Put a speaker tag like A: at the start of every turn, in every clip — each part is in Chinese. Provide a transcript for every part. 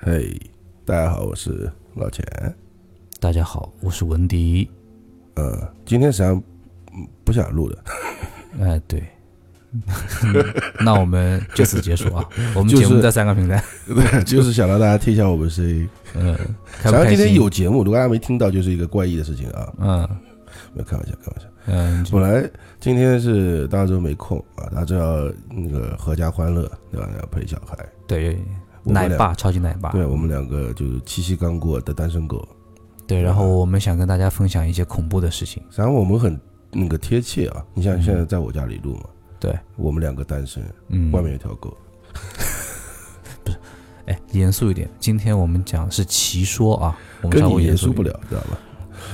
A: 嘿、大家好，我是老钱。
B: 大家好，我是文迪。
A: 呃，今天实际上嗯不想录的，
B: 哎， 对，那我们就此结束 啊。我们
A: 就是
B: 节目在三个平台，
A: 对，就是想让大家听一下我们声 音。
B: 嗯，
A: 实
B: 开不
A: 际上
B: 开
A: 今天
B: 心？
A: 有节目，如果大家没听到，就是一个怪异的事情啊。
B: 嗯
A: 没有开玩笑，开玩笑。
B: 嗯，
A: 本来今天是大周没空啊，大周要那个合家欢乐，对吧？要陪小孩。
B: 对，
A: 我们
B: 奶
A: 俩，
B: 爸，超级奶爸。
A: 对我们两个就是七夕刚过的单身狗。
B: 对，然后我们想跟大家分享一些恐怖的事情。
A: 实际上我们很那个贴切啊。你像
B: 嗯
A: 现在在我家里录嘛，
B: 对，
A: 我们两个单身，
B: 嗯，
A: 外面有条狗。
B: 哎，严肃一点，今天我们讲是奇说啊，我们
A: 跟
B: 稍
A: 你
B: 微
A: 严
B: 肃
A: 肃
B: 一
A: 不
B: 点，
A: 了，知道吧？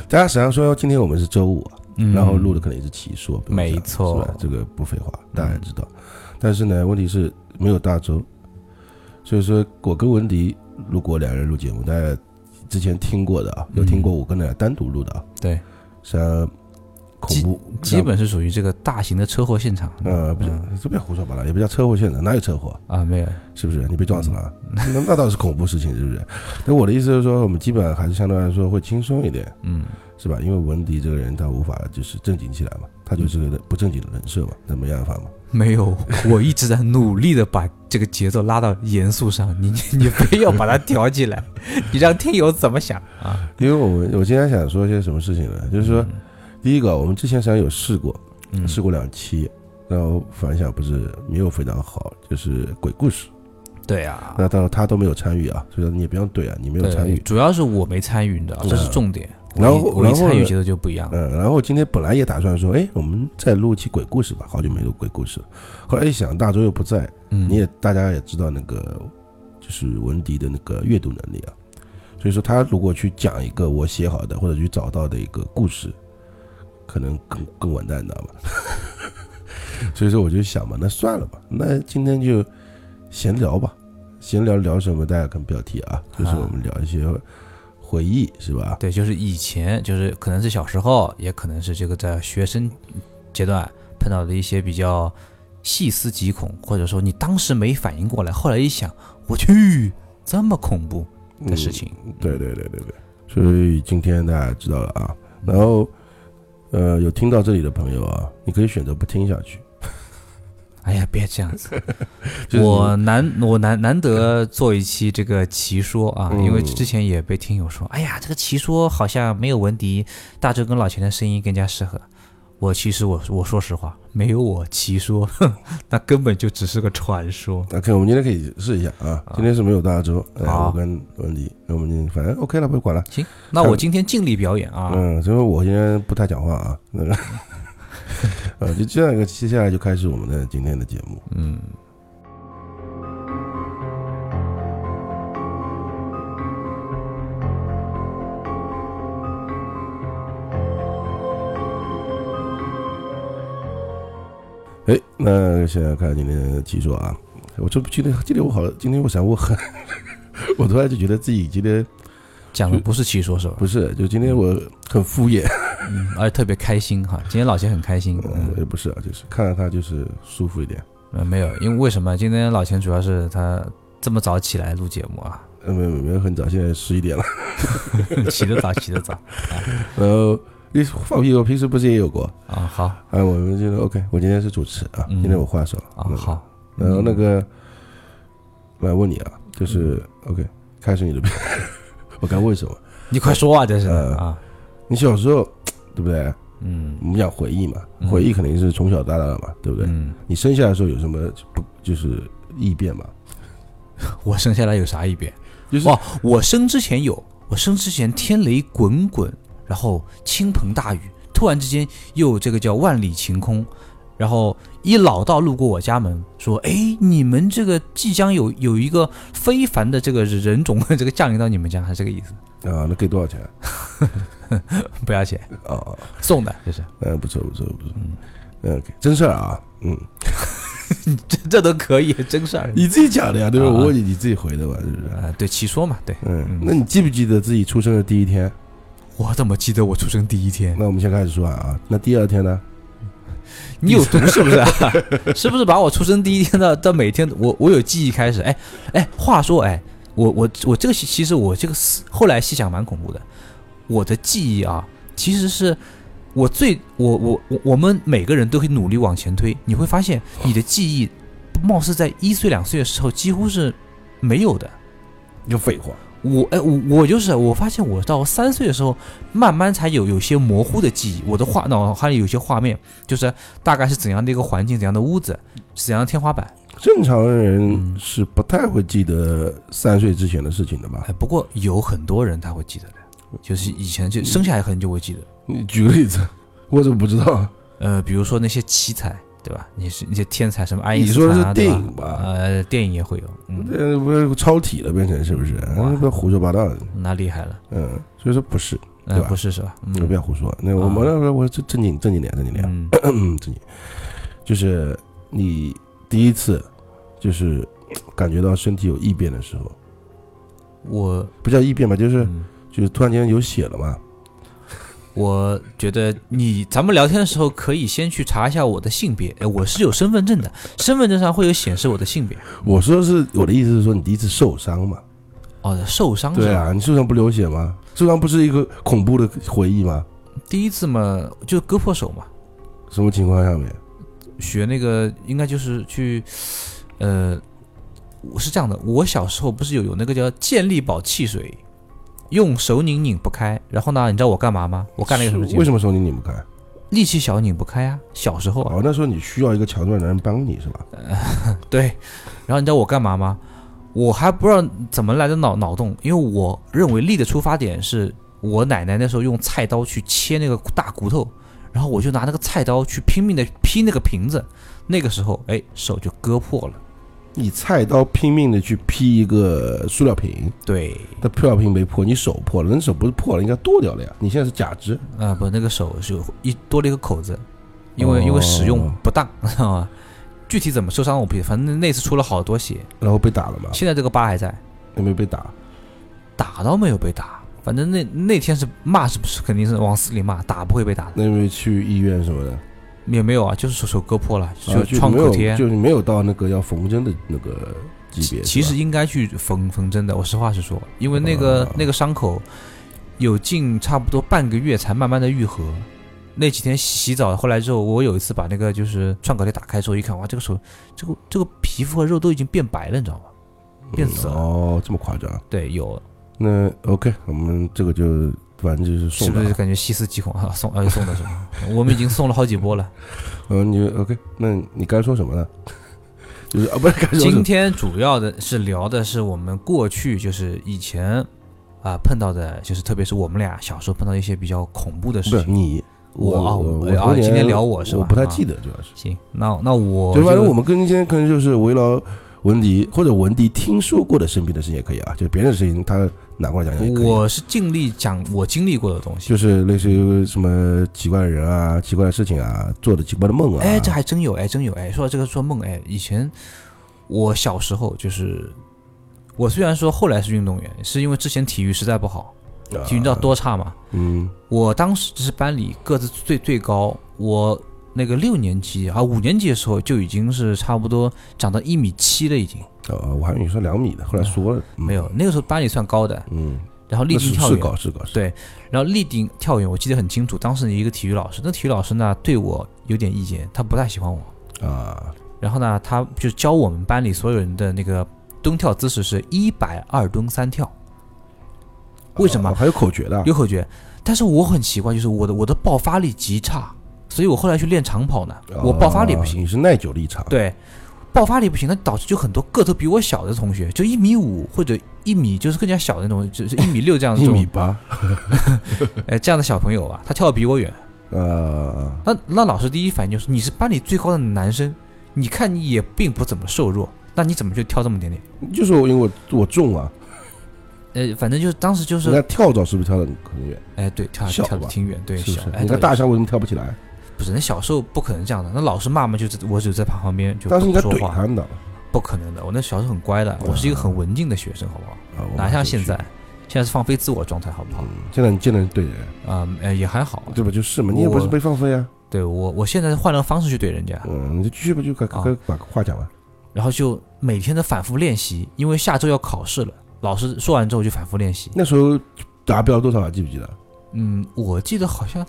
A: 大家实际上说今天我们是周五啊，
B: 嗯，
A: 然后录的可能也是奇说，不用
B: 没
A: 讲
B: 错嗯
A: 是吧这个不废话，大家也知道。但是呢，问题是没有大周，所以说我跟文迪如果两人录节目，大家之前听过的啊，有听过我跟大家单独录的啊，
B: 对，
A: 实际上恐怖
B: 基本嗯是属于这个大型的车祸现场。
A: 呃，不是，这不要胡说八道，也不叫车祸现场，哪有车祸啊？
B: 啊，没有，
A: 是不是？你被撞死了啊，
B: 嗯
A: 那那倒是恐怖事情，是不是？那我的意思是说，我们基本还是相对来说会轻松一点，
B: 嗯，
A: 是吧？因为文迪这个人他无法就是正经起来嘛，他就是个不正经的人设嘛，那没办法嘛。
B: 没有，我一直在努力的把这个节奏拉到严肃上， 你你非要把它挑起来， 你让听友怎么想啊？
A: 因为我们我今天想说些什么事情呢？就是说，第一个，我们之前实际上有试过，
B: 嗯，
A: 试过两期，然后反响不是没有非常好，就是鬼故事，
B: 对啊，
A: 那到他都没有参与啊，所以说你也不用怼啊，你没有
B: 对
A: 参与。嗯
B: 主要是我没参与，你知道，这是重点。
A: 然后
B: 我一我一
A: 然后呢
B: 参与节奏就不一样了。
A: 嗯，然后今天本来也打算说，哎，我们再录一期鬼故事吧，好久没录鬼故事了。后来一想，大周又不在，
B: 嗯，
A: 你也大家也知道那个就是文迪的那个阅读能力啊，所以说他如果去讲一个我写好的或者去找到的一个故事，可能更更完蛋，你知道吧？ 所以说我就想嘛，那算了吧，那今天就闲聊吧，闲聊聊什么？大家看标题啊，就是我们聊一些回忆，是吧？
B: 啊对，就是以前，就是可能是小时候，也可能是这个在学生阶段碰到的一些比较细思极恐，或者说你当时没反应过来，后来一想，我去，这么恐怖的事情。
A: 对对对对对，所以今天大家知道了啊，然后呃，有听到这里的朋友啊，你可以选择不听下去。
B: 哎呀，别这样子！
A: 就是
B: 我难我难难得做一期这个奇说啊，
A: 嗯
B: 因为之前也被听友说，哎呀，这个奇说好像没有文迪、大周跟老钱的声音更加适合。我其实我我说实话，没有我奇说， 那根本就只是个传说。
A: OK，我们今天可以试一下啊。今天是没有大周，哎，
B: 好
A: 我跟文迪，那我们今天反正 OK 了，不管了。
B: 行，那我今天尽力表演啊。
A: 嗯，所以我今天不太讲话啊，那 个，呃，就这样一个，接下来就开始我们的今天的节目。
B: 嗯，
A: 哎，那现在看今天的技术啊，我这今天今天我好，今天我想我很， 我突然就觉得自己今天
B: 讲的不是奇说是吧？
A: 不是，就今天我很敷衍，
B: 嗯，而且特别开心哈，今天老钱很开心。嗯
A: 嗯，也不是啊，就是看着他就是舒服一点。
B: 呃，没有，因为为什么？今天老钱主要是他这么早起来录节目啊，
A: 呃，没有没有很早，现在十一点了。
B: 起得早，起得早
A: 然后你放屁，我平时不是也有过？
B: 啊。好，
A: 哎，我们觉得 OK，我今天是主持啊，
B: 嗯
A: 今天我话少
B: 啊，
A: 嗯
B: 好，
A: 然后那个，我来问你啊，就是
B: 嗯
A: OK，开始你的 吧，我该问什么？
B: 你快说啊，这是
A: 呃
B: 啊，
A: 你小时候对不对？
B: 嗯
A: 我们讲回忆嘛，
B: 嗯
A: 回忆肯定是从小到大的嘛，对不对？
B: 嗯，
A: 你生下来的时候有什么不就是异变嘛？
B: 我生下来有啥异变？
A: 就是
B: 哇，我生之前有，我生之前天雷滚滚，然后倾盆大雨，突然之间又有这个叫万里晴空，然后一老道路过我家门，说：“哎，你们这个即将有有一个非凡的这个人种， 这个降临到你们家，还是这个意思？
A: 啊，那给多少钱？
B: 不要钱，
A: 哦， 哎
B: 送的，这是。”
A: 嗯，不错不错不错，嗯，OK，真事儿啊，嗯，
B: 这这都可以，真事儿。
A: 你自己讲的呀，对吧？
B: 啊
A: 我问你，你自己回的吧，是不是？
B: 呃，对，奇说嘛，对。
A: 嗯，那你记不记得自己出生的第一天？
B: 我怎么记得我出生第一天？
A: 那我们先开始说啊，那第二天呢？
B: 你有毒是不是、啊？ 是不是把我出生第一天到到每天，我我有记忆开始？哎哎，话说哎，我我我这个其其实我这个思后来细想蛮恐怖的，我的记忆啊，其实是我最我我我我们每个人都会努力往前推，你会发现你的记忆貌似在一岁两岁的时候几乎是没有的。
A: 就废话，
B: 我哎，我我就是，我发现我到三岁的时候，慢慢才有有些模糊的记忆。我的画脑海里有些画面，就是大概是怎样的一个环境，怎样的屋子，是怎样的天花板。
A: 正常人
B: 嗯
A: 是不太会记得三岁之前的事情的吧
B: 哎，？不过有很多人他会记得的，就是以前就生下来可能就会记得。
A: 你举个例子，我怎么不知道？
B: 呃，比如说那些奇才，对吧？你是那些天才，什么爱因
A: 你
B: 斯
A: 说的
B: 坦
A: 是
B: 啊，对
A: 电
B: 吧？
A: 影吧？
B: 呃，电影也会有，嗯，
A: 这不是超体了，变成是不是？
B: 哇
A: 啊不要胡说八道的。
B: 那厉害了，
A: 嗯，所以说不是，
B: 呃
A: 对，吧
B: 不是是吧？嗯
A: 不要胡说。那我们
B: 啊
A: 那我正正经正经点，正经点，
B: 嗯，
A: 嗯， 正经，就是你第一次就是感觉到身体有异变的时候，
B: 我
A: 不叫异变吧，就是
B: 嗯
A: 就是突然间有血了嘛。
B: 我觉得你咱们聊天的时候可以先去查一下我的性别，哎，我是有身份证的，身份证上会有显示我的性别。
A: 我说是我的意思是说你第一次受伤嘛？
B: 哦，受伤是
A: 对
B: 吧？
A: 啊，你受伤不流血吗？受伤不是一个恐怖的回忆吗？
B: 第一次嘛，就割破手嘛，
A: 什么情况下面？
B: 学那个应该就是去，呃，我是这样的，我小时候不是有有那个叫健力宝汽水，用手拧拧不开，然后呢，你知道我干嘛吗？我干了一个什么
A: 是
B: 事
A: 为
B: 情？
A: 什么手你拧不开？
B: 力气小拧不开啊，小时候啊，
A: 哦，那时候你需要一个强壮的人帮你是吧？
B: 对，然后你知道我干嘛吗？我还不知道怎么来的脑脑洞，因为我认为力的出发点是我奶奶那时候用菜刀去切那个大骨头，然后我就拿那个菜刀去拼命的劈那个瓶子，那个时候哎手就割破了。
A: 你菜刀拼命的去劈一个塑料瓶，
B: 对，
A: 但塑料瓶没破，你手破了，那你手不是破了，应该剁掉了呀。你现在是假肢，
B: 啊、不，那个手是有一多了一个口子，因为、因为使用不当， 知道吗？具体怎么受伤我不记得，反正那次出了好多血，
A: 然后被打了嘛？
B: 现在这个疤还在。
A: 有没有被打？
B: 打倒没有被打，反正那那天是骂是不是肯定是往死里骂，打不会被打的，
A: 那有没有去医院什么的？
B: 也没有啊，就是手手割破了，
A: 啊
B: 就创
A: 没
B: 口
A: 有，
B: 贴。
A: 就是没有到那个要缝针的那个级别。
B: 其
A: 是吧
B: 实应该去缝缝针的，我实话实说，因为那个、
A: 啊
B: 那个伤口有近差不多半个月才慢慢的愈合。那几天洗洗澡，后来之后，我有一次把那个就是创可贴打开之后一看，哇，这个手，这个这个皮肤和肉都已经变白了，你知道吗？变紫了。
A: 哦，这么夸张？
B: 对，有，
A: 那 OK，我们这个就反正就是
B: 是
A: 送
B: 不是
A: 的。
B: 感觉细思极恐啊？送呃送的是吧？我们已经送了好几波了。
A: 嗯，你 OK？那你该说什么呢？ 就是啊，不是该说什
B: 今
A: 么？
B: 天主要的是聊的是我们过去，就是以前啊、碰到的，就是特别是我们俩小时候碰到一些比较恐怖的
A: 不
B: 事
A: 是
B: 情。
A: 你，
B: 我啊
A: 我
B: 我
A: 我
B: 啊
A: 童年
B: 今天聊我是吧
A: 我不太
B: 啊
A: 记得，主要是。
B: 行，那那我
A: 就反正
B: 就
A: 我们跟今天可能就是围绕文迪或者文迪听说过的身边的事情也可以啊，就别人的事情他拿过来讲讲也哎可以。
B: 我是尽力讲我经历过的东西。
A: 就是类似于什么奇怪的人啊、奇怪的事情啊、做的奇怪的梦啊。
B: 哎，这还真有，哎，真有，哎，说到这个做梦，哎，以前我小时候就是，我虽然说后来是运动员，是因为之前体育实在不好，
A: 啊
B: 体育你知道多差吗？
A: 嗯，
B: 我当时是班里个子最最高，我那个六年级啊五年级的时候就已经是差不多长到一米七了，已经
A: 哦，我还以为你说两米的，后来说了、嗯、
B: 没
A: 有，
B: 有那个时候班里算高的，
A: 嗯，
B: 然后立
A: 那
B: 定
A: 是
B: 跳
A: 是
B: 远，
A: 搞是搞是，
B: 对，然后立定跳远我记得很清楚，当时一个体育老师，那体育老师呢对我有点意见，他不太喜欢我，
A: 啊，
B: 然后呢他就教我们班里所有人的那个蹲跳姿势是一百二蹲三跳，为什么
A: 哦还有口诀的啊？
B: 有口诀，但是我很奇怪，就是我的我的爆发力极差，所以我后来去练长跑呢，我爆发力不
A: 哦，
B: 行
A: 你是耐久力差。，
B: 对，爆发力不行，那导致就很多个头比我小的同学，就一米五或者一米，就是更加小的那种，就是一米六这样的
A: 一
B: 这
A: 米
B: 种，
A: 八，
B: 哎，这样的小朋友啊，他跳的比我远。
A: 呃，
B: 那那老师第一反应就是，你是班里最高的男生，你看你也并不怎么瘦弱，那你怎么就跳这么点点？
A: 就是我因为我我重啊，
B: 呃，反正就是当时就
A: 人
B: 是
A: 家，跳蚤是不是跳得很远？
B: 哎，对，跳
A: 小
B: 跳的
A: 吧
B: 挺远，对，
A: 是不
B: 小
A: 是？
B: 哎，
A: 你看
B: 对
A: 大象为什么跳不起来？
B: 不是，那小时候不可能这样的。那老师骂嘛，就是我只在旁旁边就
A: 当时应
B: 不
A: 该
B: 说
A: 怼
B: 话
A: 他，们的啊
B: 不可能的。我那小时候很乖的，我是一个很文静的学生，好不好？
A: 啊，我
B: 哪
A: 们
B: 像
A: 回
B: 现
A: 去
B: 在，，现在是放飞自我状态，好不好
A: 嗯？，现在你见人对人，
B: 啊、嗯，呃，也还好。
A: 对吧？就是嘛，你也不是
B: 我
A: 被放飞啊，
B: 对我，我现在换了方式去怼人家，
A: 嗯，你就继续吧，就该
B: 啊
A: 该把话讲完，
B: 然后就每天的反复练习，因为下周要考试了。老师说完之后就反复练习。
A: 那时候达标多少啊？记不记得？
B: 嗯，我记得好像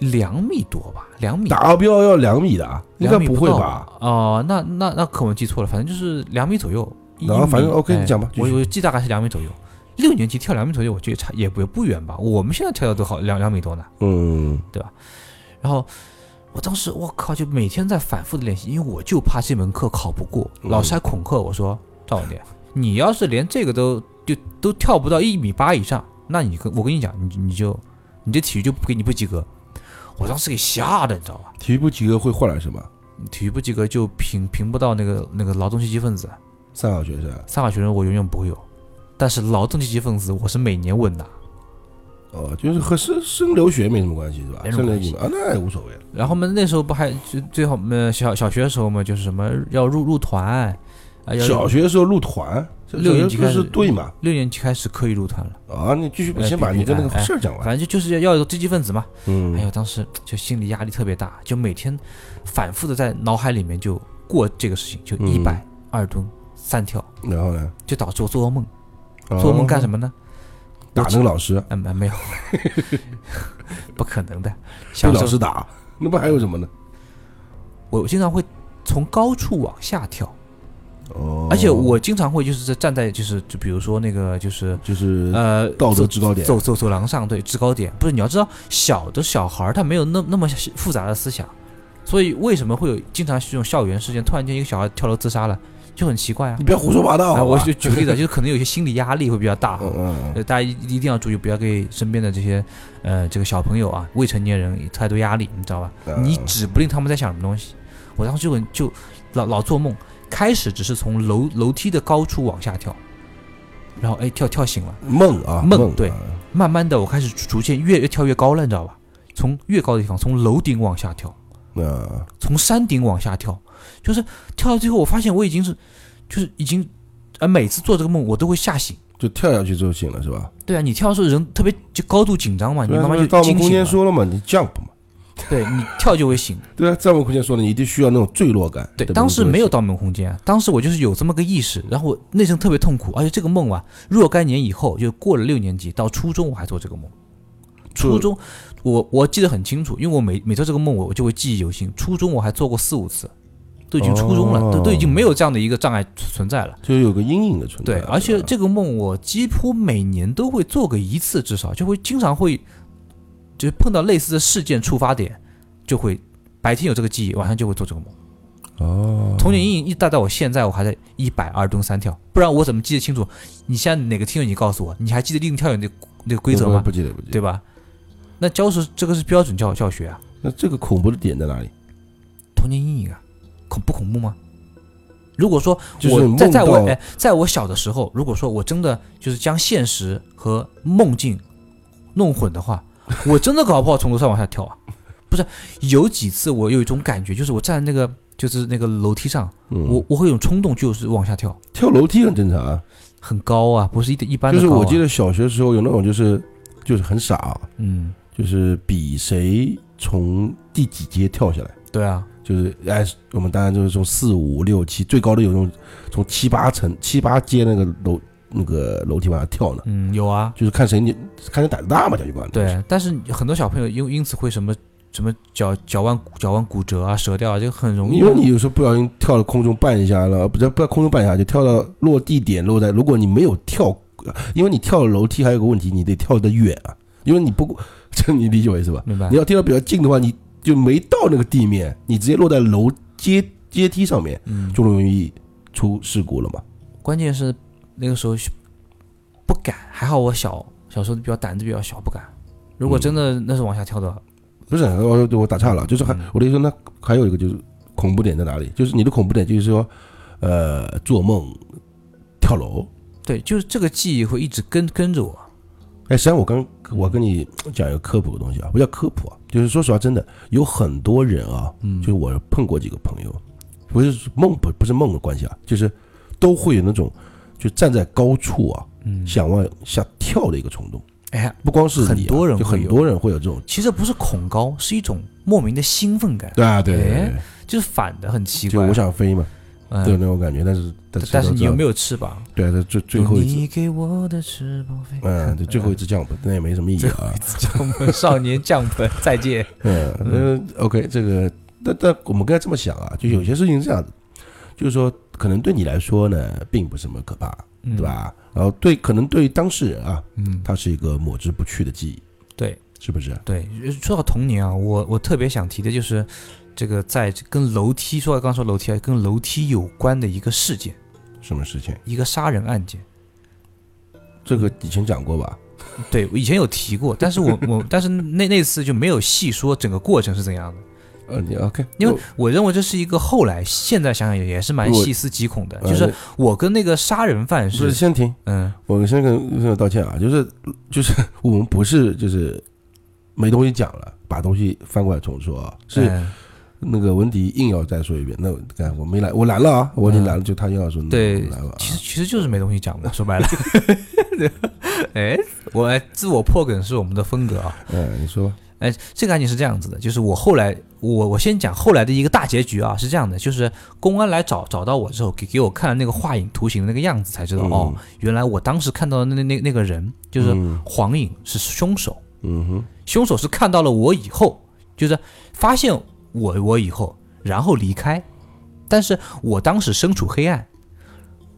B: 两米多吧，两米
A: 达标要两米的啊，应该
B: 两米
A: 不
B: 不
A: 会
B: 到
A: 吧？？
B: 哦、那那那可能记错了，反正就是两米左右。一
A: 然后反正
B: 米
A: OK，
B: 哎
A: 你讲吧继
B: 我
A: 续
B: 我记大概是两米左右。六年级跳两米左右，我觉得差也不也不远吧。我们现在跳的都好两两米多呢。
A: 嗯，
B: 然后我当时我靠，就每天在反复的练习，因为我就怕这门课考不过，
A: 嗯
B: 老师还恐吓我说：“赵老爹，你要是连这个都就都跳不到一米八以上，那你跟我跟你讲，你你就你这体育就不给你不及格。”我当时给吓的，你知道吧？
A: 体育部及格会换来什么？
B: 体育不及格就评评不到那个那个劳动积极分子，
A: 三好学生
B: 三好学生我永远不会有，但是劳动积极分子我是每年稳拿。
A: 哦，就是和升升留学没什么关系是吧？
B: 没什么
A: 升留
B: 关系
A: 你们啊，那也无所谓了。
B: 然后嘛，那时候不还就最好呃小小学的时候嘛，就是什么要入入团，啊、要
A: 小学的时候入团，这
B: 六年级
A: 这
B: 开
A: 是
B: 始
A: 对嘛？
B: 六年级开始可以入团了，
A: 啊，你继续吧
B: 哎
A: 先把
B: 比
A: 你的那
B: 哎
A: 个事儿讲
B: 反哎
A: 完。
B: 正就就是要有积极分子嘛。还
A: 嗯，
B: 有当时就心理压力特别大，就每天反复的在脑海里面就过这个事情，就
A: 嗯
B: 一百、二蹲、三跳，
A: 然后呢？
B: 就导致我做噩梦。做噩梦干
A: 么？
B: 什么呢？
A: 哦打那个老师，
B: 嗯，没没有， 不可能的。
A: 被
B: 小时
A: 老
B: 候
A: 师打，那不还有什么呢？
B: 我经常会从高处往下跳，
A: 哦，
B: 而且我经常会就是在站在就是就比如说那个就是
A: 就是
B: 呃
A: 道德
B: 走
A: 制高点，
B: 走走走廊上，对制高点，不是你要知道，小的小孩儿他没有那那么复杂的思想，所以为什么会有经常这种校园事件，突然间一个小孩跳楼自杀了，就很奇怪啊
A: 你。不要胡说八道
B: 啊，
A: 好
B: 我
A: 吧。
B: 就举个例子，就是可能有些心理压力会比较大，
A: 嗯嗯
B: 呃，大家一一定要注意，不要给身边的这些呃这个小朋友啊、未成年人太多压力，你知道吧？
A: 嗯，
B: 呃你指不定他们在想什么东西。我当时就很就老老做梦，开始只是从楼楼梯的高处往下跳，然后哎跳跳醒了。
A: 梦啊
B: 梦
A: 梦
B: 对
A: 啊
B: 慢慢的，我开始逐渐越越跳越高了，你知道吧？从越高的地方，从楼顶往下跳，
A: 那
B: 从山顶往下跳，就是跳到最后，我发现我已经是，就是已经，呃，每次做这个梦，我都会吓醒。
A: 就跳下去就行了是吧？
B: 对啊，你跳的时候人特别就高度紧张嘛，你
A: 对啊
B: 慢慢就
A: 盗梦
B: 惊
A: 空
B: 醒
A: 间
B: 了。
A: 说了嘛，你 jump 嘛，
B: 对你跳就会醒。
A: 对啊，盗梦空间说了，你一定需要那种坠落感。
B: 对，
A: 吧
B: 当时没有，盗梦空间，啊当时我就是有这么个意识，然后我内心特别痛苦，而且这个梦啊，若干年以后，就过了六年级到初中，我还做这个梦。初中，我我记得很清楚，因为我每每做这个梦，我我就会记忆犹新。初中我还做过四五次，都已经初中了，都都已经没有这样的一个障碍存存在了。
A: 就有个阴影的存在。啊
B: 对，而且
A: 吧
B: 这个梦我几乎每年都会做个一次，至少就会经常会，就是碰到类似的事件触发点，就会白天有这个记忆，晚上就会做这个梦。
A: 哦，
B: 童年阴影一直带到我现在，我还在一百二蹲三跳，不然我怎么记得清楚？你现在哪个听友你告诉我，你还记得立定跳远那那个规则吗
A: 不？不记得不记得。
B: 对吧？那教师这个是标准教教学啊，
A: 那这个恐怖的点在哪里？
B: 童年阴影啊，恐不恐怖吗？如果说
A: 就是
B: 我在
A: 梦
B: 在我
A: 到
B: 哎，在我小的时候，如果说我真的就是将现实和梦境弄混的话，我真的搞不好从楼上往下跳啊！不是，有几次我有一种感觉，就是我站在那个就是那个楼梯上，
A: 嗯
B: 我我会有种冲动，就是往下跳，
A: 跳楼梯很正常啊，
B: 很高啊，不是一一般
A: 就
B: 的
A: 是
B: 高、啊。
A: 我记得小学时候有那种就是就是很傻啊，
B: 嗯，
A: 就是比谁从第几阶跳下来。
B: 对啊，
A: 就是哎，我们当然就是从四五六七，最高的有那种从七八层、七八阶那个楼那个楼梯往下跳呢，
B: 嗯，有啊，
A: 就是看谁你看谁胆子大嘛，小就管。，
B: 对，但是很多小朋友因因此会什么什么脚脚腕脚腕骨折啊、折掉啊，这个很容易。
A: 因为你有时候不小心跳到空中绊一下了，呃不是不在空中绊一下，就跳到落地点落在，如果你没有跳，呃因为你跳楼梯还有个问题，你得跳得远啊，因为你不过 这你理解我意思吧？
B: 明白
A: 你？要跳得比较近的话，你就没到那个地面，你直接落在楼阶阶梯上面，
B: 嗯，
A: 就容易出事故了嘛。
B: 关键是那个时候是不敢，还好我小小时候比较胆子比较小，不敢。如果真
A: 嗯
B: 的那是往下跳的，
A: 不是，我我打岔了，就是还
B: 嗯
A: 我的意思说，那还有一个就是恐怖点在哪里？就是你的恐怖点就是说，呃，做梦、跳楼，
B: 对，就是这个记忆会一直跟跟着我。
A: 哎，实际上我刚我跟你讲一个科普的东西啊，不叫科普啊，就是说实话，真的有很多人啊，
B: 嗯
A: 就是我碰过几个朋友，不是梦不不是梦的关系啊，就是都会有那种就站在高处啊，
B: 嗯，
A: 想往下跳的一个冲动，
B: 哎，
A: 不光是你啊、
B: 很多人会
A: 就很
B: 有
A: 多人会有这种，
B: 其实不是恐高，是一种莫名的兴奋感，
A: 对啊，对对
B: 哎
A: 对
B: 就是反的，很奇
A: 对，就
B: 怪。
A: 我想飞嘛，
B: 嗯，
A: 都有那种感觉，但是但是
B: 但是你有没
A: 有
B: 有翅膀？
A: 对啊，这最最后一次，
B: 你给我的翅膀飞。
A: 嗯，对，最后一次降本，那也没什么意义啊，
B: 我们少年降本，再见。
A: 嗯，那 OK，这个，但但我们该这么想啊，就有些事情是这样的，就是说，可能对你来说呢，并不是什么可怕，
B: 嗯
A: 对？吧？然后对，可能对于当事人啊，
B: 嗯，
A: 它是一个抹之不去的记忆，
B: 对
A: 是不是？
B: 对。说到童年啊，我我特别想提的就是这个在这跟楼梯，说到刚说楼梯啊，跟楼梯有关的一个事件，
A: 什么事情？
B: 一个杀人案件。
A: 这个以前讲过吧？
B: 对，我以前有提过，但是我我 但是那那次就没有细说整个过程是怎样的，
A: 呃，你 OK，
B: 因为
A: 我
B: 我认为这是一个后来现在想想也也是蛮
A: 我
B: 细思极恐的，
A: 呃
B: 就是我跟那个杀人犯
A: 不是
B: 是
A: 先停，
B: 嗯
A: 我先跟朋友道歉啊，就是就是 我们不是就是没东西讲了，把东西翻过来重说啊，是。
B: 嗯
A: 那个文迪硬要再说一遍，那看我没来，我来了啊，我已经来了，就他硬要说
B: 对
A: 来了啊，
B: 其实其实就是没东西讲嘛，说白了， 哎，我自我破梗是我们的风格啊。
A: 嗯，你说吧，
B: 哎，这个案件是这样子的，就是我后来，我我先讲后来的一个大结局啊，是这样的，就是公安来找找到我之后，给给我看了那个画影图形的那个样子，才知道、哦，原来我当时看到的那那那个人就
A: 就是
B: 黄颖是凶手，
A: 嗯哼，
B: 凶手是看到了我以后，就是发现我我以后，然后离开，但是我当时身处黑暗，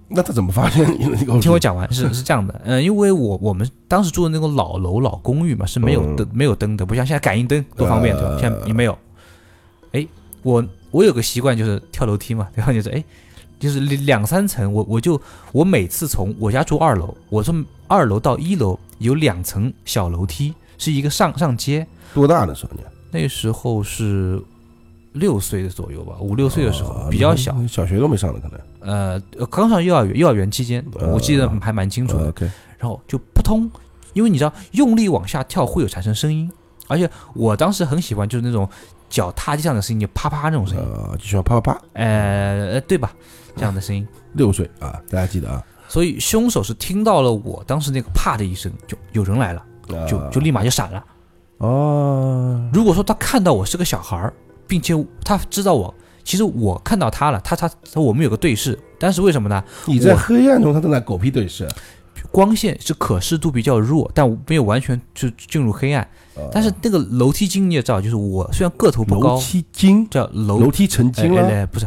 A: 那他怎么发现你的？你告诉
B: 听我，讲 完，是是这样的，嗯、因为我我们当时住的那种老楼老公寓嘛，是没有灯、没有灯的，不像现在感应灯多方便，对吧？
A: 嗯呃
B: 现在也没有。哎，我我有个习惯就是跳楼梯嘛，然后就是哎，就是两两三层，我我就我每次从我家住二楼，我从二楼到一楼有两层小楼梯，是一个上上街。
A: 多大的时候你？
B: 那时啊候是六岁的左右吧，五六岁的时候、
A: 啊
B: 哦比较小，，
A: 那小学都没上呢，可能。
B: 呃，刚上幼儿园幼儿园期间，我记得
A: 呃
B: 还蛮清楚的。
A: 啊 OK，
B: 然后就扑通，因为你知道用力往下跳会有产生声音，而且我当时很喜欢就是那种脚踏地上的声音，就啪啪那种声音，
A: 啊，就喜欢啪啪啪，
B: 呃，呃对吧？这样的声音，
A: 六岁啊，大家记得啊，
B: 所以凶手是听到了我当时那个啪的一声，就有人来了，
A: 啊
B: 就就立马就闪了。
A: 哦，
B: 如果说他看到我是个小孩儿，并且他知道我，其实我看到他了，他他他我们有个对视，但是为什么呢？
A: 你在黑暗中，他正在狗屁对视，
B: 光线是可视度比较弱，但我没有完全就进入黑暗。
A: 啊
B: 但是那个楼梯经你也知道，就是我虽然个头不
A: 楼
B: 高，
A: 梯精，
B: 叫楼
A: 楼梯成精
B: 哎哎
A: 了，
B: 哎不是，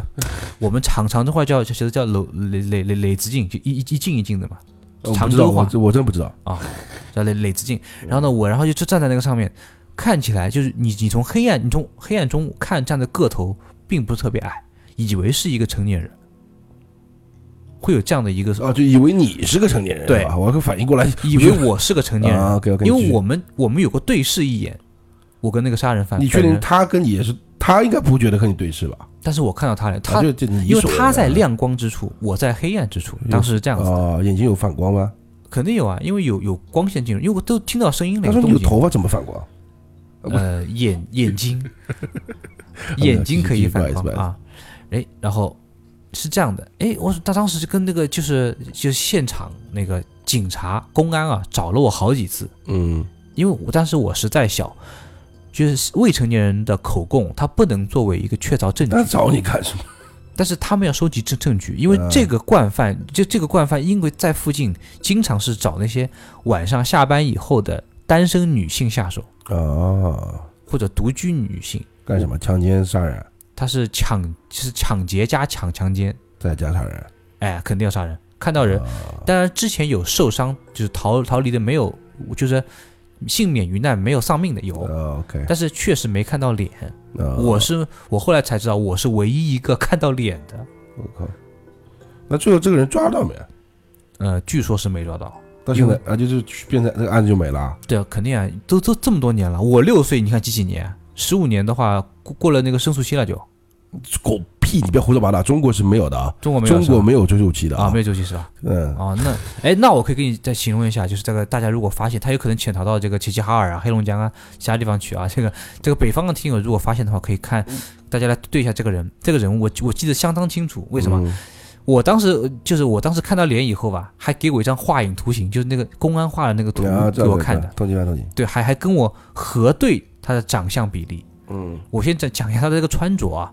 B: 我们常常州话叫其实叫楼垒垒垒垒子进，就一一一进一进的嘛，
A: 哦我不
B: 常
A: 知道，
B: 州
A: 我
B: 话
A: 这我真不知道，
B: 叫垒垒子进。然后呢，我然后就就站在那个上面，看起来就是你你从黑暗你从黑暗中看站的个头并不是特别矮，以为是一个成年人，会有这样的一个，
A: 哦，就以为你是个成年人，
B: 对
A: 是吧我会反应过来，
B: 以为我是个成年人，
A: 啊，OK，OK，
B: 因
A: 你继
B: 为
A: 续
B: 我们我们有过对视一眼，我跟那个杀人犯，
A: 你确
B: 本
A: 定
B: 人？
A: 他跟你也是，他应该不觉得和你对视吧？
B: 但是我看到他了，他
A: 啊就就你
B: 因为
A: 所谓
B: 他
A: 的
B: 在亮光之处，我在黑暗之处，当时是这样子，
A: 哦，眼睛有反光吗？
B: 肯定有啊，因为有有光线进入，因为我都听到声音了，
A: 他说
B: 有
A: 你
B: 动
A: 有
B: 静。
A: 头发怎么反光？
B: 呃，眼 眼睛，眼睛可以反
A: 不好
B: 光
A: 意思不好意思
B: 啊，哎，然后是这样的，哎，我他当时就跟那个就是就是现场那个警察公安啊找了我好几次，
A: 嗯，
B: 因为我当时我实在小，就是未成年人的口供，他不能作为一个确凿证据
A: 那，找你干什么？
B: 但是他们要收集证证据，因为
A: 嗯
B: 这个惯犯，就这个惯犯，因为在附近经常是找那些晚上下班以后的单身女性下手，
A: 哦，
B: 或者独居女性，
A: 干什么？强奸、杀人，
B: 他是抢是抢劫加抢强奸，
A: 再加杀人，
B: 哎，肯定要杀人，看到人，
A: 哦
B: 当然之前有受伤，就是逃逃离的没有，就是幸免于难，没有丧命的有，
A: 哦，OK，
B: 但是确实没看到脸，
A: 哦
B: 我是我后来才知道我是唯一一个看到脸的，
A: 我靠，那最后这个人抓到没？
B: 呃，据说是没抓到。
A: 到现在啊，就是变成这个案子就没了。
B: 对啊，肯定啊，都都这么多年了，我六岁，你看几几年？十五年的话，过过了那个申诉期了就，
A: 狗屁！替，你不要胡说八道，中国是没有的啊，
B: 中国没有
A: 中
B: 是吧
A: 国没有追溯期的
B: 啊，没有周期是吧？
A: 嗯，
B: 哦，那哎，那我可以给你再形容一下，就是这个大家如果发现它有可能潜逃到这个齐齐哈尔啊、黑龙江啊其他地方去啊，这个这个北方的听友如果发现的话，可以看大家来对一下这个人，这个人我我记得相当清楚，为什么？
A: 嗯？
B: 我当时呃就是我当时看到脸以后吧，还给我一张画影图形，就是那个公安画的那个图
A: 对啊，
B: 嗯给我看的，
A: 通缉犯，通缉，
B: 对，还还跟我核对他的长相比例。
A: 嗯，
B: 我先讲讲一下他的这个穿着啊，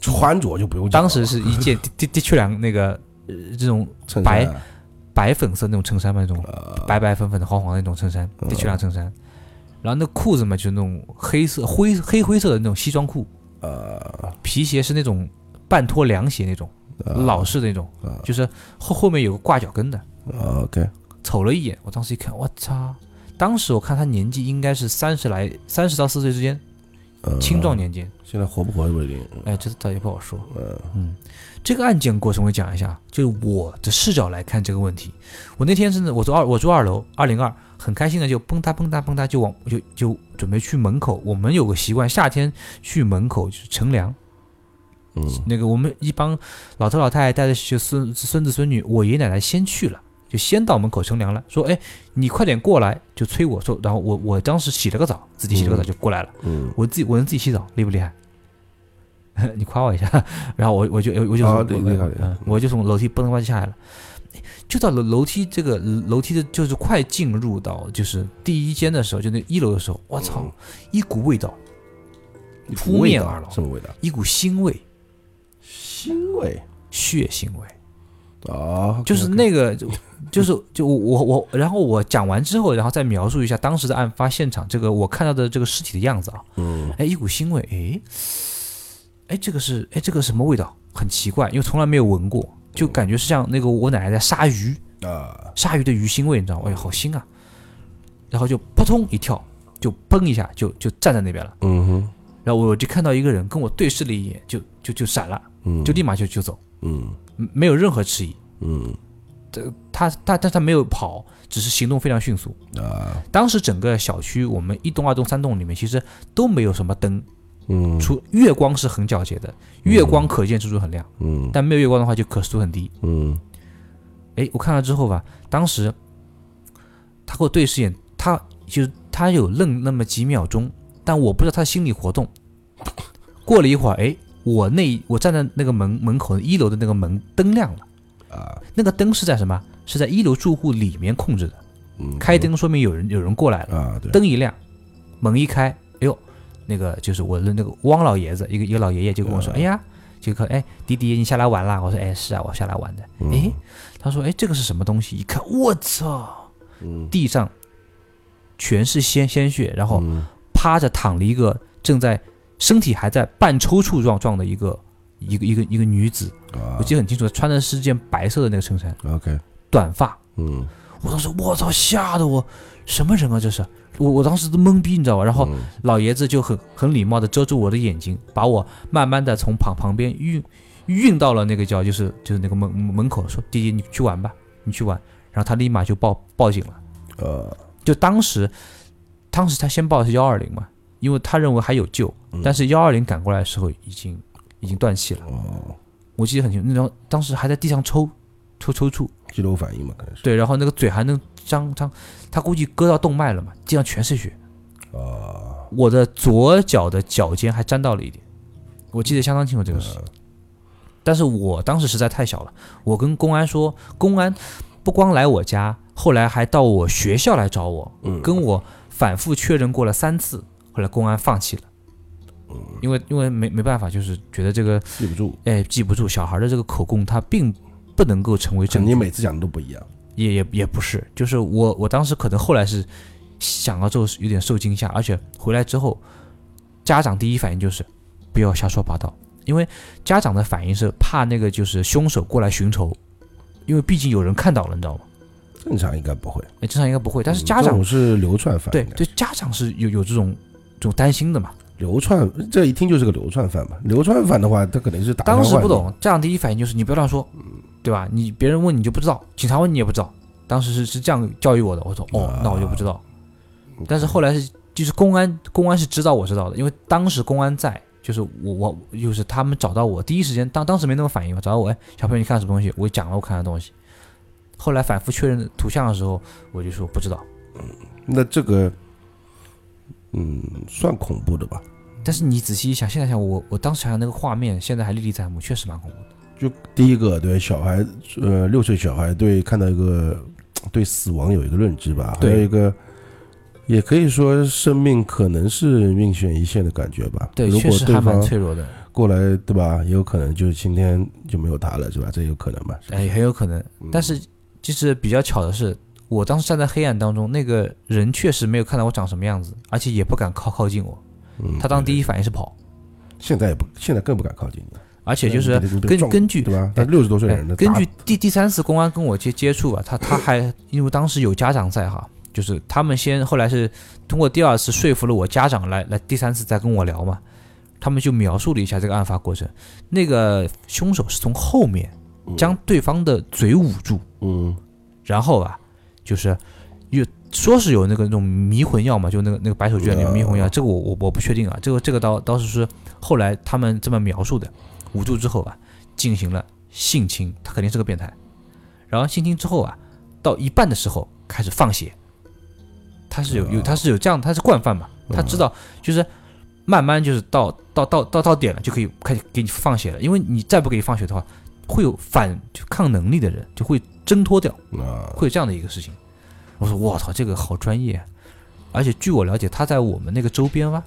A: 穿着就不用讲了，
B: 当时是一件 的的的确两那个呃这种
A: 衬衫啊
B: 白白粉色那种衬衫嘛，那种
A: 呃
B: 白白粉粉的黄黄的那种衬衫，
A: 嗯
B: 的确亮衬衫。然后那裤子嘛，就是那种黑色灰黑灰色的那种西装裤，
A: 呃
B: 皮鞋是那种半拖凉鞋那种，
A: 呃
B: 老式的那种，
A: 啊
B: 就是后后面有个挂脚跟的。
A: 啊 OK，
B: 瞅了一眼，我当时一看，我操！当时我看他年纪应该是三十来，三十到四十岁之间，
A: 呃
B: 青壮年间。
A: 现在活不活都不一定，
B: 哎，这倒也不好说。
A: 嗯
B: 嗯，这个案件过程我讲一下，就是我的视角来看这个问题。我那天真的，我住二，我住二楼二零二，很开心的就蹦哒蹦哒蹦哒就往就就准备去门口。我们有个习惯，夏天去门口就是乘凉。
A: 嗯
B: 那个我们一帮老头老太太带着就孙孙子孙女，我爷爷奶奶先去了，就先到门口乘凉了，说哎你快点过来，就催我说，然后我我当时洗了个澡，自己洗了个澡
A: 嗯
B: 就过来了。
A: 嗯，
B: 我自己我能自己洗澡，厉不厉害？ 你夸我一下，然后我我就我就
A: 啊
B: 从
A: 对
B: 我
A: 厉害厉害
B: 嗯我就从楼梯蹦蹦下来了，就到楼楼梯这个楼梯的，就是快进入到就是第一间的时候，就那一楼的时候，我操，一股味道，
A: 嗯
B: 扑面而来
A: 什么味道？
B: 一股腥味，
A: 腥味
B: 血腥味，
A: 啊，
B: 就是那个就就是就我我我，然后我讲完之后，然后再描述一下当时的案发现场，这个我看到的这个尸体的样子啊，
A: 嗯
B: 哎，一股腥味，哎，哎，这个是哎，这个什么味道？很奇怪，因为从来没有闻过，就感觉是像那个我奶奶在杀鱼，
A: 嗯啊
B: 鲨鱼的鱼腥味，你知道吗？哎呀，好腥啊！然后就扑通一跳，就嘣一下，就就站在那边了。
A: 嗯哼
B: 然后我就看到一个人跟我对视了一眼，就就就闪了，
A: 嗯，
B: 就立马就就走，
A: 嗯
B: 嗯没有任何迟疑。
A: 嗯
B: 他他但他没有跑，只是行动非常迅速。
A: 啊
B: 当时整个小区，我们一栋、二栋、三栋里面其实都没有什么灯，
A: 嗯
B: 除月光是很皎洁的，月光可见之处很亮。
A: 嗯
B: 但没有月光的话，就可视度很低。
A: 嗯
B: 哎，我看了之后吧，当时他跟我对视一眼，他就是他有愣那么几秒钟，但我不知道他心理活动。过了一会儿，哎，我那我站在那个门门口一楼的那个门灯亮了，
A: 啊
B: 那个灯是在什么？是在一楼住户里面控制的，
A: 嗯
B: 开灯说明有人有人过来了，
A: 啊对
B: 灯一亮，门一开，哎呦，那个就是我的那个汪老爷子，一个一个老爷爷就跟我说，
A: 嗯
B: 哎呀，就看哎迪迪你下来玩啦，我说哎是啊，我下来玩的。
A: 嗯
B: 诶，他说：“哎诶，这个是什么东西？”一看，我操，
A: 嗯
B: 地上全是鲜鲜血，然后
A: 嗯
B: 趴着躺了一个正在身体还在半抽搐状状的一个一个一个一个女子，
A: 啊
B: 我记得很清楚，穿的是件白色的那个衬衫，
A: OK
B: 短发。
A: 嗯，
B: 我当时我操，吓得我什么人啊这是？我我当时都懵逼，你知道吧？然后
A: 嗯
B: 老爷子就很很礼貌的遮住我的眼睛，把我慢慢的从旁旁边运运到了那个叫就是就是那个门门口，说弟弟你去玩吧，你去玩。然后他立马就报报警了，
A: 呃
B: 就当时当时他先报的是幺二零嘛，因为他认为还有救，
A: 嗯
B: 但是幺二零赶过来的时候已经已经断气了，
A: 哦，
B: 我记得很清楚，然后当时还在地上抽抽抽搐，
A: 肌肉反应嘛，可能是
B: 对，然后那个嘴还能张张，他估计割到动脉了嘛，地上全是血。
A: 啊
B: 我的左脚的脚尖还沾到了一点，我记得相当清楚这个事。但是我当时实在太小了，我跟公安说，公安不光来我家，后来还到我学校来找我，
A: 嗯
B: 跟我反复确认过了三次，后来公安放弃了，因为因为没没办法，就是觉得这个
A: 记不住，
B: 哎记不住小孩的这个口供，他并不能够成为
A: 可
B: 证
A: 能你
B: 据，
A: 每次讲的都不一样，
B: 也也也不是，就是我我当时可能后来是想到之后是有点受惊吓，而且回来之后，家长第一反应就是不要瞎说八道，因为家长的反应是怕那个就是凶手过来寻仇，因为毕竟有人看到了，你知道吗？
A: 正常应该不会。
B: 哎，正常应该不会，但是
A: 嗯
B: 家
A: 这
B: 长、
A: 种是流窜犯，
B: 对
A: 应该
B: 对家长是有有这种这种担心的嘛。
A: 流窜，这一听就是个流窜犯嘛。流窜犯的话，他肯定是打
B: 当时
A: 伤
B: 不
A: 万
B: 懂，家长第一反应就是你不要
A: 嗯
B: 乱说，对吧？你别人问你就不知道，警察问你也不知道。当时是是这样教育我的，我说哦
A: 啊，
B: 那我就不知道。
A: 人，
B: 但是后来是就是公安，公安是知道我知道的，因为当时公安在，就是我我就是他们找到我，第一时间当当时没那么反应嘛，找到我，哎，小朋友你看什么东西？我讲了我看的东西。后来反复确认图像的时候，我就说不知道。
A: 那这个，嗯，算恐怖的吧？
B: 但是你仔细一想，现在想我我当时想想那个画面，现在还历历在目，确实蛮恐怖的。
A: 就第一个，对小孩，呃，六岁小孩对看到一个对死亡有一个认知吧，还
B: 对
A: 有一个，也可以说生命可能是命悬一线的感觉吧。
B: 对，
A: 如
B: 确
A: 果
B: 实
A: 对
B: 还蛮
A: 方
B: 脆弱的，
A: 过来，对吧？也有可能就是今天就没有他了，是吧？这有可能嗯吧？是吧
B: 哎，很有可能。但是其实比较巧的是，我当时站在黑暗当中，那个人确实没有看到我长什么样子，而且也不敢靠靠近我。
A: 嗯
B: 他当第
A: 一，
B: 一反应是跑，
A: 现在也不，现在更不敢靠近你了，
B: 而且就
A: 你
B: 是
A: 别你别
B: 根
A: 撞
B: 根据
A: 对吧？他六十多岁的人
B: 哎
A: 了，
B: 根
A: 打
B: 据第第三次公安跟我接接触啊，他他还因为当时有家长在哈，就是他们先后来是通过第二次说服了我家长来来第三次再跟我聊嘛，他们就描述了一下这个案发过程，那个凶手是从后面将对方的嘴捂住，
A: 嗯
B: 然后啊就是有说是有那个那种迷魂药嘛，就那个那个白手绢里面迷魂药，
A: 呃
B: 这个我我我不确定啊，这个这个倒倒是是后来他们这么描述的，捂住之后啊，进行了性侵，他肯定是个变态，然后性侵之后啊，到一半的时候开始放血，他是有有他是有这样，他是惯犯嘛，他知道就是慢慢就是到到到到到点了就可以开始给你放血了，因为你再不给你放血的话，会有反就抗能力的人就会挣脱掉。
A: 啊，
B: 会有这样的一个事情。我说我操，这个好专业啊、而且据我了解，他在我们那个周边啊，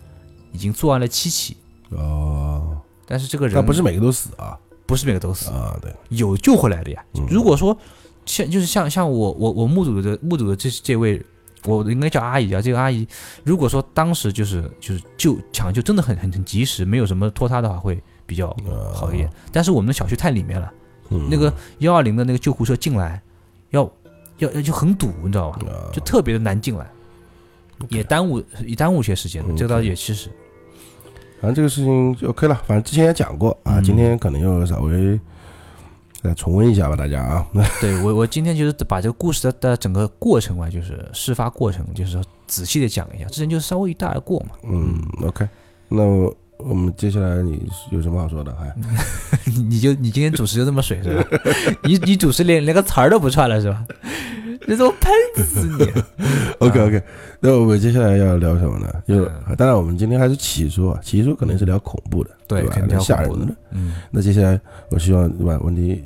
B: 已经作案了七起，
A: 哦，
B: 但是这个人
A: 但不是每个都死啊
B: 不是每个都死，
A: 啊，对，
B: 有救回来的呀。
A: 嗯
B: 如果说像就是像像我我我目睹的目睹的这这位，我应该叫阿姨啊，这个阿姨，如果说当时就是就是救抢救真的很很很及时，没有什么拖沓的话，会比较
A: 啊
B: 好一点。但是我们的小区太里面了，
A: 嗯
B: 那个幺二零的那个救护车进来，要要要就很堵，你知道吧？
A: 啊
B: 就特别的难进来，也耽误也耽误些时间
A: 嗯，
B: 这个倒
A: 对
B: 也其实
A: 反正这个事情就 OK 了，反正之前也讲过啊，
B: 嗯
A: 今天可能又稍微再重温一下吧，大家啊，
B: 对我我今天就是把这个故事的的整个过程啊，就是事发过程，就是说仔细的讲一下，之前就是稍微一带而过嘛。
A: 嗯，OK，那我我们接下来你有什么好说的？哎还
B: 嗯你你就你今天主持就这么水是吧？ 你你主持连连个词儿都不串了是吧？你怎么喷死你？
A: OK
B: 啊
A: OK，那我们接下来要聊什么呢？就
B: 嗯
A: 当然我们今天还是奇叔啊，奇叔可能是聊恐怖的，
B: 对
A: 吧？
B: 肯定
A: 聊
B: 要
A: 吓
B: 恐怖
A: 人的。
B: 嗯，
A: 那接下来我希望对吧？文迪，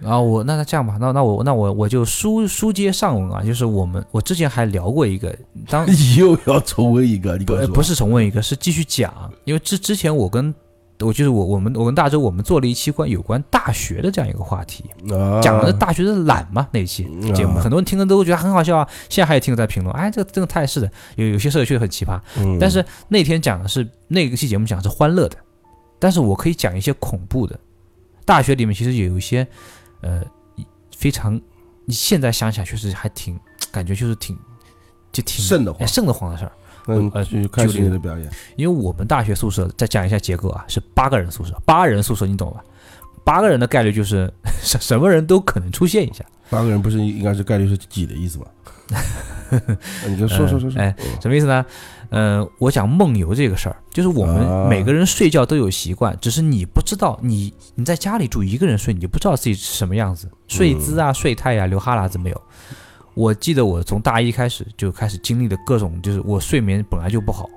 B: 然后我那那这样吧，那那我那我我就书书接上文啊，就是我们我之前还聊过一个，当
A: 你 又要重温一个，你
B: 不
A: 跟我
B: 呃
A: 说
B: 不是重问一个，是继续讲，因为之之前我跟我就是我我们我跟大周我们做了一期关有关大学的这样一个话题，
A: 啊
B: 讲的大学的懒嘛那一期
A: 嗯
B: 节目，
A: 啊
B: 很多人听了都觉得很好笑啊，现在还有听友在评论，哎，这个真的太是的，有有些社区很奇葩，
A: 嗯
B: 但是那天讲的是那个期节目讲的是欢乐的，但是我可以讲一些恐怖的，大学里面其实也有一些呃非常你现在想起来确实还挺感觉就是挺就挺
A: 瘆得慌
B: 哎瘆得慌的事儿。
A: 那
B: 呃
A: 去开始
B: 就这个
A: 你的表演，
B: 因为我们大学宿舍再讲一下结构啊，是八个人宿舍，八人宿舍你懂吧？八个人的概率就是什什么人都可能出现一下，
A: 八个人不是应该是概率是几的意 思吗？啊你就说说说说，
B: 呃哎什么意思呢？呃，我讲梦游这个事儿，就是我
A: 啊
B: 们每个人睡觉都有习惯，只是你不知道你你在家里住一个人睡，你就不知道自己是什么样子，睡姿
A: 嗯
B: 啊、睡态啊、流哈喇子没有。我记得我从大一开始就开始经历的各种，就是我睡眠本来就不好，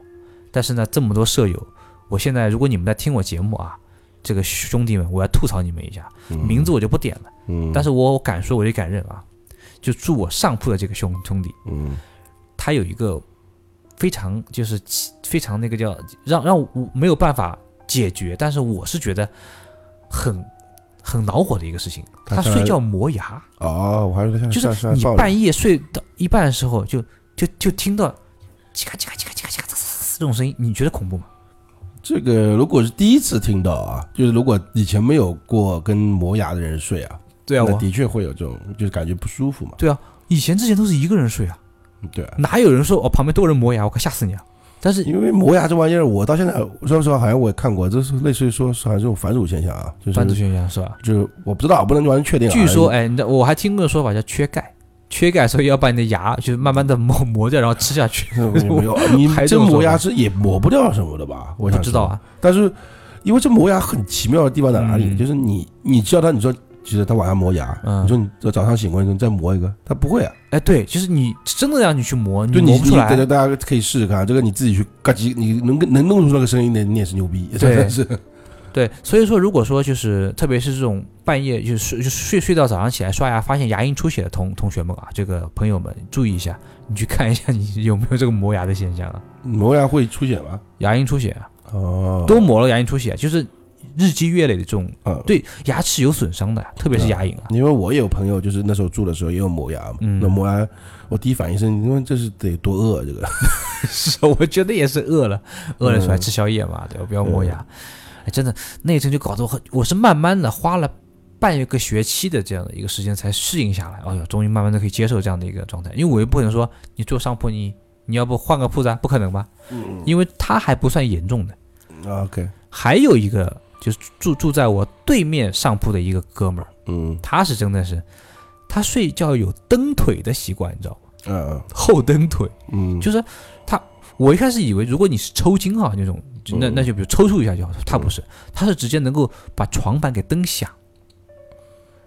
B: 但是呢，这么多舍友，我现在如果你们在听我节目啊，这个兄弟们，我要吐槽你们一下，
A: 嗯
B: 名字我就不点了，
A: 嗯，
B: 但是我敢说我就敢认啊，就住我上铺的这个兄兄弟，
A: 嗯
B: 他有一个非常就是奇非常那个叫让让我没有办法解决，但是我是觉得很很恼火的一个事情。
A: 他
B: 他
A: 上
B: 睡
A: 来
B: 觉磨牙，
A: 哦，我还是像
B: 就
A: 像
B: 是
A: 像
B: 你
A: 暴力，
B: 半夜睡到一半的时候就，就就听到叽嘎叽嘎叽嘎叽嘎叽嘎滋滋滋这种声音，你觉得恐怖吗？
A: 这个如果是第一次听到啊，就是如果以前没有过跟磨牙的人睡啊，
B: 对
A: 那的确会有这种，就是感觉不舒服嘛。
B: 以前之前都是一个人睡啊，
A: 对啊，
B: 哪有人说哦旁边多人磨牙，我快吓死你啊！但是
A: 因为磨牙这玩意儿，我到现在说实话，好像我也看过，这是类似于说是好像这种反乳现象啊，就是
B: 班主学员是吧？
A: 就是我不知道，不能完全确定啊。
B: 据说，哎，你知道我还听过个说法叫缺钙，缺钙，所以要把你的牙就是慢
A: 嗯
B: 慢的磨磨掉，然后吃下去。
A: 没有，你
B: 还这
A: 这
B: 么说
A: 磨
B: 吗
A: 牙齿也磨不掉什么的吧？ 我
B: 不
A: 想
B: 知道啊，
A: 但是因为这磨牙很奇妙的地方在哪里？
B: 嗯
A: 就是你你叫他，你说其实他晚上磨牙，
B: 嗯
A: 你说你早上醒过来你再磨一个，他不会啊。
B: 哎，对，就是你真的让你去磨，
A: 就
B: 嗯磨
A: 你
B: 不出
A: 你
B: 来
A: 大。家大家可以试试看，啊这个你自己去嘎叽，你能跟能弄出那个声音的，你也是牛逼，真的是。
B: 对，所以说如果说就是特别是这种半夜就是睡就睡睡到早上起来刷牙，发现牙龈出血的同同学们啊，这个朋友们注意一下，你去看一下你有没有这个磨牙的现象啊，
A: 嗯磨牙会出血吗？
B: 牙龈出血啊，
A: 哦，
B: 都磨了牙龈出血，啊就是日积月累的这种
A: 嗯，
B: 对牙齿有损伤的，特别是牙龈啊。
A: 因为我也有朋友，就是那时候住的时候也有磨牙嘛。
B: 嗯
A: 那磨牙，我第一反应是，你说这是得多饿啊这 个。
B: 是，我觉得也是饿了，饿了出来
A: 嗯
B: 吃宵夜嘛，对吧？不要磨牙。哎，真的那一阵就搞得我很，我是慢慢的花了半个学期的这样的一个时间才适应下来。哎呦，终于慢慢的可以接受这样的一个状态，因为我又不可能说你坐上铺你你要不换个铺子啊，不可能吧？
A: 嗯
B: 因为它还不算严重的。啊
A: ，OK，
B: 还有一个就是住住在我对面上铺的一个哥们儿，
A: 嗯
B: 他是真的是，他睡觉有蹬腿的习惯，你知道吗？
A: 嗯
B: 后蹬腿。
A: 嗯，
B: 就是他，我一开始以为如果你是抽筋哈、那种，就那
A: 嗯
B: 那就比如抽搐一下就好，他不是，他是直接能够把床板给蹬响，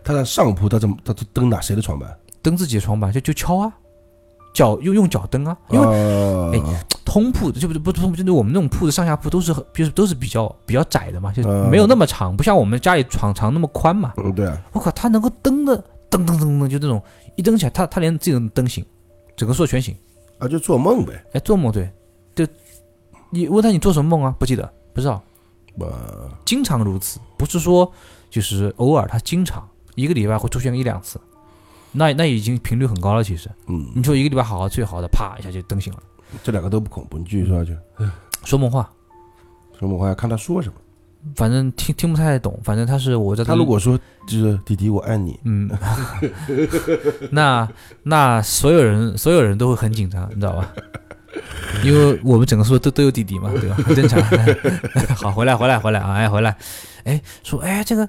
A: 他在上铺，他怎么他他蹬哪谁的床板？
B: 蹬自己的床板就就敲啊，脚用用脚蹬啊，因为
A: 为
B: 哎通铺就不是不是通铺，就是我们那种铺子上下铺都是很就是都是比较比较窄的嘛，就是
A: 嗯
B: 没有那么长，不像我们家里床长那么宽嘛。
A: 嗯，对啊，
B: 我靠，他能够蹬的蹬蹬蹬蹬，就那种一蹬起来，他他连自己都能蹬醒，整个做全醒。
A: 啊就做梦呗，
B: 哎，做梦对，就你问他你做什么梦啊？不记得，不知道。嗯
A: 呃，
B: 经常如此，不是说就是偶尔，他经常一个礼拜会出现一两次，那那已经频率很高了。其实
A: 嗯，
B: 你说一个礼拜好好最好的，啪一下就蹬醒了，
A: 这两个都不恐怖，你继续说下去。
B: 说梦话，
A: 说梦话要看他说什么，
B: 反正听听不太懂，反正他是我在
A: 他如果说就是弟弟我爱你，
B: 嗯， 那那所有人所有人都会很紧张，你知道吧？因为我们整个宿舍都都有弟弟嘛，对吧？ 很正常。好，回来回来回来啊！哎，回来，哎，说哎这个，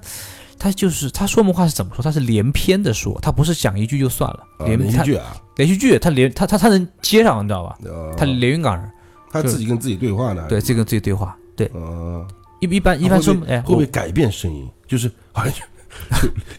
B: 他就是他说梦话是怎么说？他是连篇的说，他不是讲一句就算了，
A: 啊
B: 连
A: 一
B: 他
A: 句啊，
B: 连续剧，他连他他他能接上，你知道吧？
A: 呃
B: 他连云港人，
A: 他自己跟自己对话呢，
B: 对，这个这个对话，对
A: 嗯，
B: 一一般一
A: 哎他
B: 般说
A: 会不会
B: 哎，
A: 会不
B: 我
A: 会改变声音？就是 好像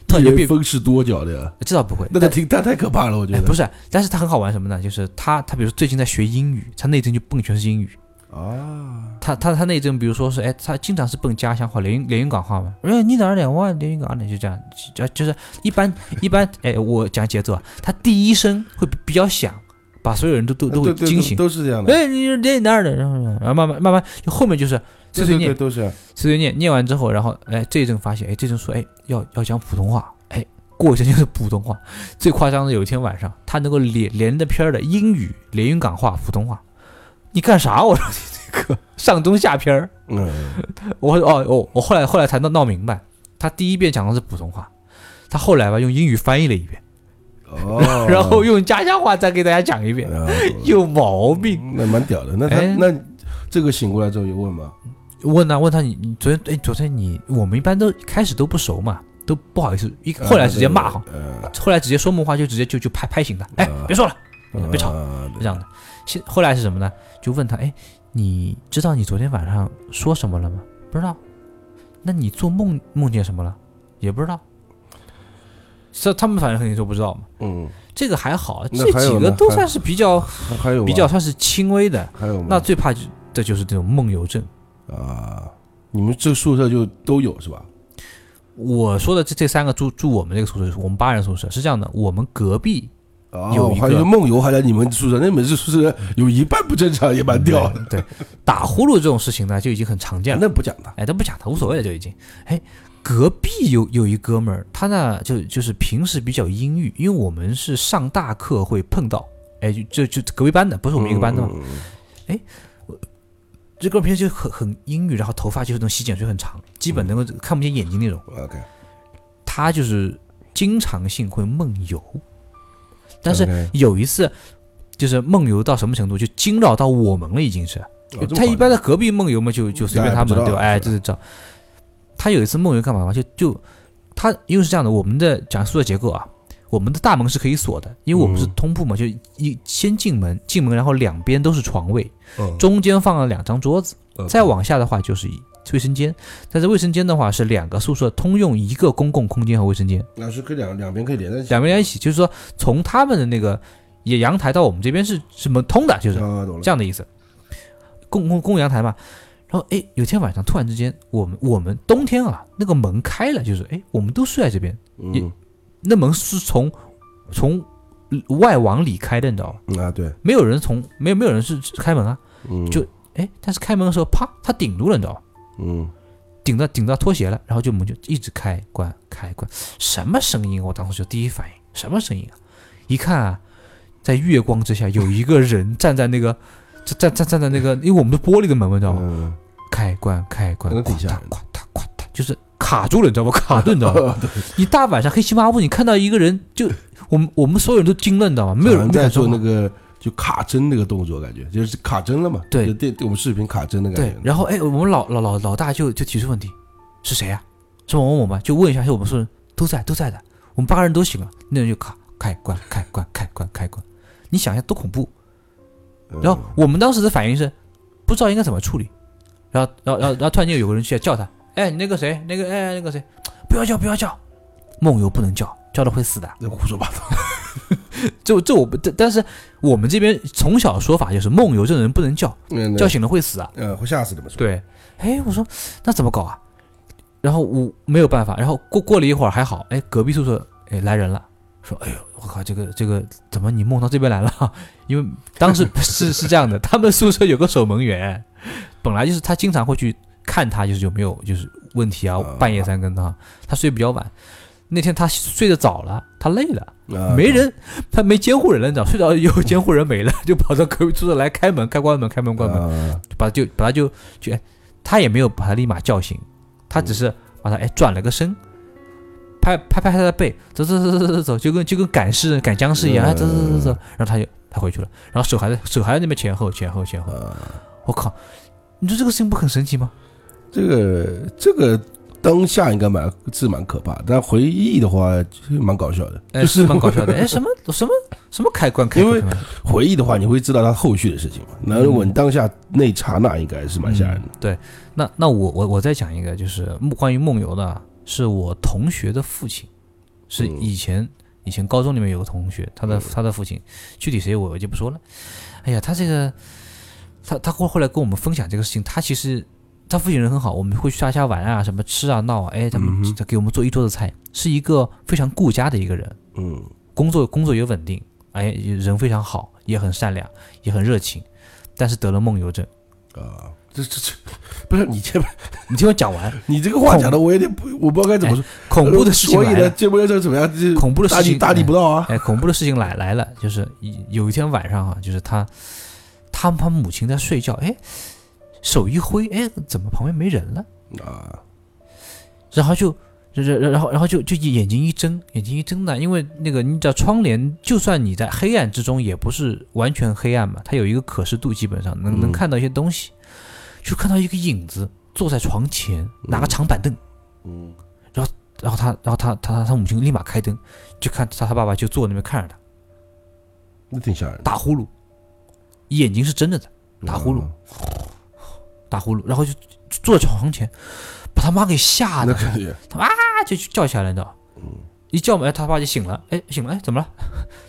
B: 特别
A: 一人
B: 别
A: 风势多角 的，
B: 这倒不会，
A: 那他挺他太可怕了，我觉
B: 哎，
A: 得
B: 不是，但是他很好玩什么呢？就是他，他比如最近在学英语，他那一阵就蹦全是英语。
A: 啊，
B: 他他他那一阵，比如说是，哎，他经常是蹦家乡话、连云连云港话嘛。哎，你哪儿的？我连云港的，就这样，就就是一般一般，哎，我讲节奏啊，他第一声会比比较响，把所有人都都都
A: 呃对
B: 会
A: 对
B: 惊醒。
A: 都是这样的，
B: 哎，你你哪儿的？然后然后慢慢慢慢，就后面就是
A: 对
B: 碎碎
A: 对
B: 念
A: 对，都是，
B: 随随念念完之后，然后哎，这一阵发现，哎，这阵说，哎，要要讲普通话，哎，过一阵就是普通话。 最夸张的，有一天晚上，他能够连连着篇儿的英语、连云港话、普通话。你干啥？我说你这个上中下篇儿，
A: 嗯，
B: 我哦哦，我后来后来才闹闹明白，他第一遍讲的是普通话，他后来吧用英语翻译了一遍，，
A: 哦
B: 然后用家乡话再给大家讲一遍，
A: 啊
B: 有毛病。
A: 那蛮屌的，那他
B: 哎
A: 那这个醒过来之后有问吗？
B: 问他问他你你昨天哎昨天你我们一般都开始都不熟嘛，都不好意思，一后来直接骂哈。
A: 呃，
B: 后来直接说梦话就直接就就拍拍醒他，哎
A: 啊，
B: 别说了，
A: 呃
B: 别吵，
A: 啊
B: 就这样的。现后来是什么呢？就问他，哎，你知道你昨天晚上说什么了吗？不知道。那你做梦梦见什么了？也不知道。这他们反正肯定都不知道嘛。
A: 嗯，
B: 这个还好，
A: 那
B: 这
A: 还有
B: 几个
A: 呢
B: 都
A: 还
B: 算是比较
A: 还还有吗嗯
B: 比较算是轻微的。
A: 还有吗？
B: 那最怕就的就是这种梦游症。
A: 啊，你们这宿舍就都有是吧？
B: 我说的这这三个住住我们这个宿舍，我们八人宿舍是这样的，我们隔壁
A: 啊
B: 有一个
A: 还有梦游还在你们宿舍，那你们宿舍有一半不正常，也蛮屌的。
B: 对打呼噜这种事情呢就已经很常见了。
A: 那不讲的，
B: 哎，都不讲他，无所谓了，就已经。哎，隔壁有有一哥们儿，他呢就就是平时比较阴郁，因为我们是上大课会碰到，哎，就就就隔壁班的，不是我们一个班的嘛。
A: 嗯。嗯
B: 这哥们儿平时就很很阴郁，然后头发就是那种洗剪吹很长，基本能够看不见眼睛那种。
A: 嗯 OK，
B: 他就是经常性会梦游，但是
A: OK
B: 有一次就是梦游到什么程度，就惊扰到我们了，已经是。
A: 哦这么
B: 他一
A: 好
B: 般在隔壁梦游嘛，就就随便他们，
A: 大家不
B: 对
A: 知道
B: 吧？哎，
A: 是吧
B: 就是这样。他有一次梦游干嘛嘛？就就他因为是这样的，我们的讲宿舍结构啊，我们的大门是可以锁的，因为我们是
A: 嗯
B: 通铺嘛，就一先进门，进门然后两边都是床位，
A: 嗯，
B: 中间放了两张桌子，
A: 嗯
B: 再往下的话就是一卫生间，但是卫生间的话是两个宿舍通用一个公共空间和卫生间，
A: 老师可以两两边可以连在一起，
B: 两边在一起，就是说从他们的那个也阳台到我们这边是什么通的，就是
A: 啊，懂了，
B: 这样的意思。公公公阳台嘛，然后哎，有天晚上突然之间，我们我们冬天啊，那个门开了，就是哎，我们都睡在这边，
A: 嗯
B: 那门是从从外往里开的，你知道吧？
A: 嗯啊，对，
B: 没有人从没有没有人是是开门啊，
A: 嗯，
B: 就哎，但是开门的时候，啪，他顶住了，你知道吧？
A: 嗯
B: 顶到顶到拖鞋了，然后就门就一直开关开关，什么声音？我当时就第一反应，什么声音啊？一看啊，在月光之下有一个人站在那个站站站在那个，因为我们是玻璃的门嘛，你知道吗？
A: 嗯，
B: 开关开关，
A: 那
B: 咵
A: 底下
B: 嗒咵嗒咵嗒，就是卡住了，你知道吗？卡顿，你知 道吗？你大晚上黑漆麻布，你看到一个人就我们我们所有人都惊了，你知道吗？没有
A: 好
B: 人
A: 像在做那
B: 个
A: 个就卡针那个动作，感觉就是卡针了嘛，
B: 对
A: 就电我们视频卡针的感
B: 对
A: 觉，，
B: 然后哎，我们老老老老大就就提出问题，是谁呀、是某某某吗？就问一下，是我们所有人都在都在的，我们八个人都醒了，那人就卡开关开关开关开关，你想一下多恐怖！
A: 嗯
B: 然后我们当时的反应是不知道应该怎么处理，然后然后然后然后突然间有个人去叫他，哎，那个谁，那个哎那个谁，不要叫不要叫，梦游不能叫，叫了会死的。
A: 嗯那胡说八道，
B: 这这我不，但但是我们这边从小说法就是梦游这人不能叫，
A: 嗯
B: 叫醒了会死啊。
A: 呃会吓死你们，是吧，
B: 对，哎，我说那怎么搞啊？然后我没有办法，然后过过了一会儿还好，哎，隔壁宿舍哎来人了，说哎呦，我靠，这个这个怎么你梦到这边来了？ 因为当时 是是这样的，他们宿舍有个守门员，本来就是他经常会去看他，就是有没有就是问题啊
A: 啊，
B: 半夜三更的啊，他睡比较晚。那天他睡得早了，他累了，
A: 啊
B: 没人，他没监护人了，你知道，睡着以后监护人没了，就跑到隔壁宿舍来开门，开关门，开门关门，
A: 啊
B: 把他就把他就就哎，他也没有把他立马叫醒，他
A: 嗯
B: 只是把他哎转了个身，拍拍拍他的背，走走走走走走，就跟就跟赶尸赶僵
A: 嗯
B: 尸一样，哎走走走走走，然后他就他回去了，然后手还在手还在那边前后前后前后，
A: 啊。
B: 我靠，你说这个事情不很神奇吗？
A: 这个这个当下应该蛮是蛮可怕，但回忆的话就是蛮搞笑的。
B: 哎，
A: 就是
B: 蛮搞笑的，哎，什么什么什么开关开
A: 因为
B: 关，开关
A: 回忆的话，你会知道他后续的事情嘛？那如果你当下那一刹那，应该是蛮吓人的
B: 嗯。对，那那我我我再讲一个，就是梦关于梦游的啊，是我同学的父亲，是
A: 嗯
B: 以前、以前高中里面有个同学，他的、他的父亲，具体谁我就不说了。哎呀，他这个，他他后后来跟我们分享这个事情，他其实他父亲人很好，我们会去他家玩啊，什么吃啊闹啊，哎，他
A: 嗯
B: 们、
A: 哼
B: 他给我们做一桌子菜，是一个非常顾家的一个人，
A: 嗯
B: 工作工作也稳定，哎，人非常好，也很善良，也很热情，但是得了梦游症。
A: 啊，这这这不是你这
B: 你听我讲完，
A: 你这个话讲的，我有点不，我不知道该怎么说。呃
B: 恐怖的事情
A: 所以
B: 来
A: 呢，
B: 了，
A: 这不要这怎么样？这
B: 恐怖的
A: 大
B: 事
A: 逆
B: 情
A: 大逆不道啊！
B: 哎，恐怖的事情来来了，就是一有一天晚上啊，就是他，他他母亲在睡觉，哎，手一挥，哎，怎么旁边没人了？
A: 啊，
B: 然后就，然然然后然后就就眼睛一睁，眼睛一睁呢，因为那个你知道窗帘，就算你在黑暗之中，也不是完全黑暗嘛，它有一个可视度，基本上能
A: 嗯
B: 能看到一些东西，就看到一个影子坐在床前，拿个
A: 嗯
B: 长板凳。
A: 嗯
B: 然后他，然后他，他他他母亲立马开灯，就看他他爸爸就坐那边看着他
A: 那挺吓人的。
B: 打呼噜，眼睛是睁着的打呼噜
A: 啊
B: 打呼噜，然后就就坐在床前，把他妈给吓
A: 那
B: 得，
A: 肯定。
B: 啪就叫起来了，你知道？
A: 嗯
B: 一叫门，哎，他爸就醒了，哎，醒了，哎， 怎么了？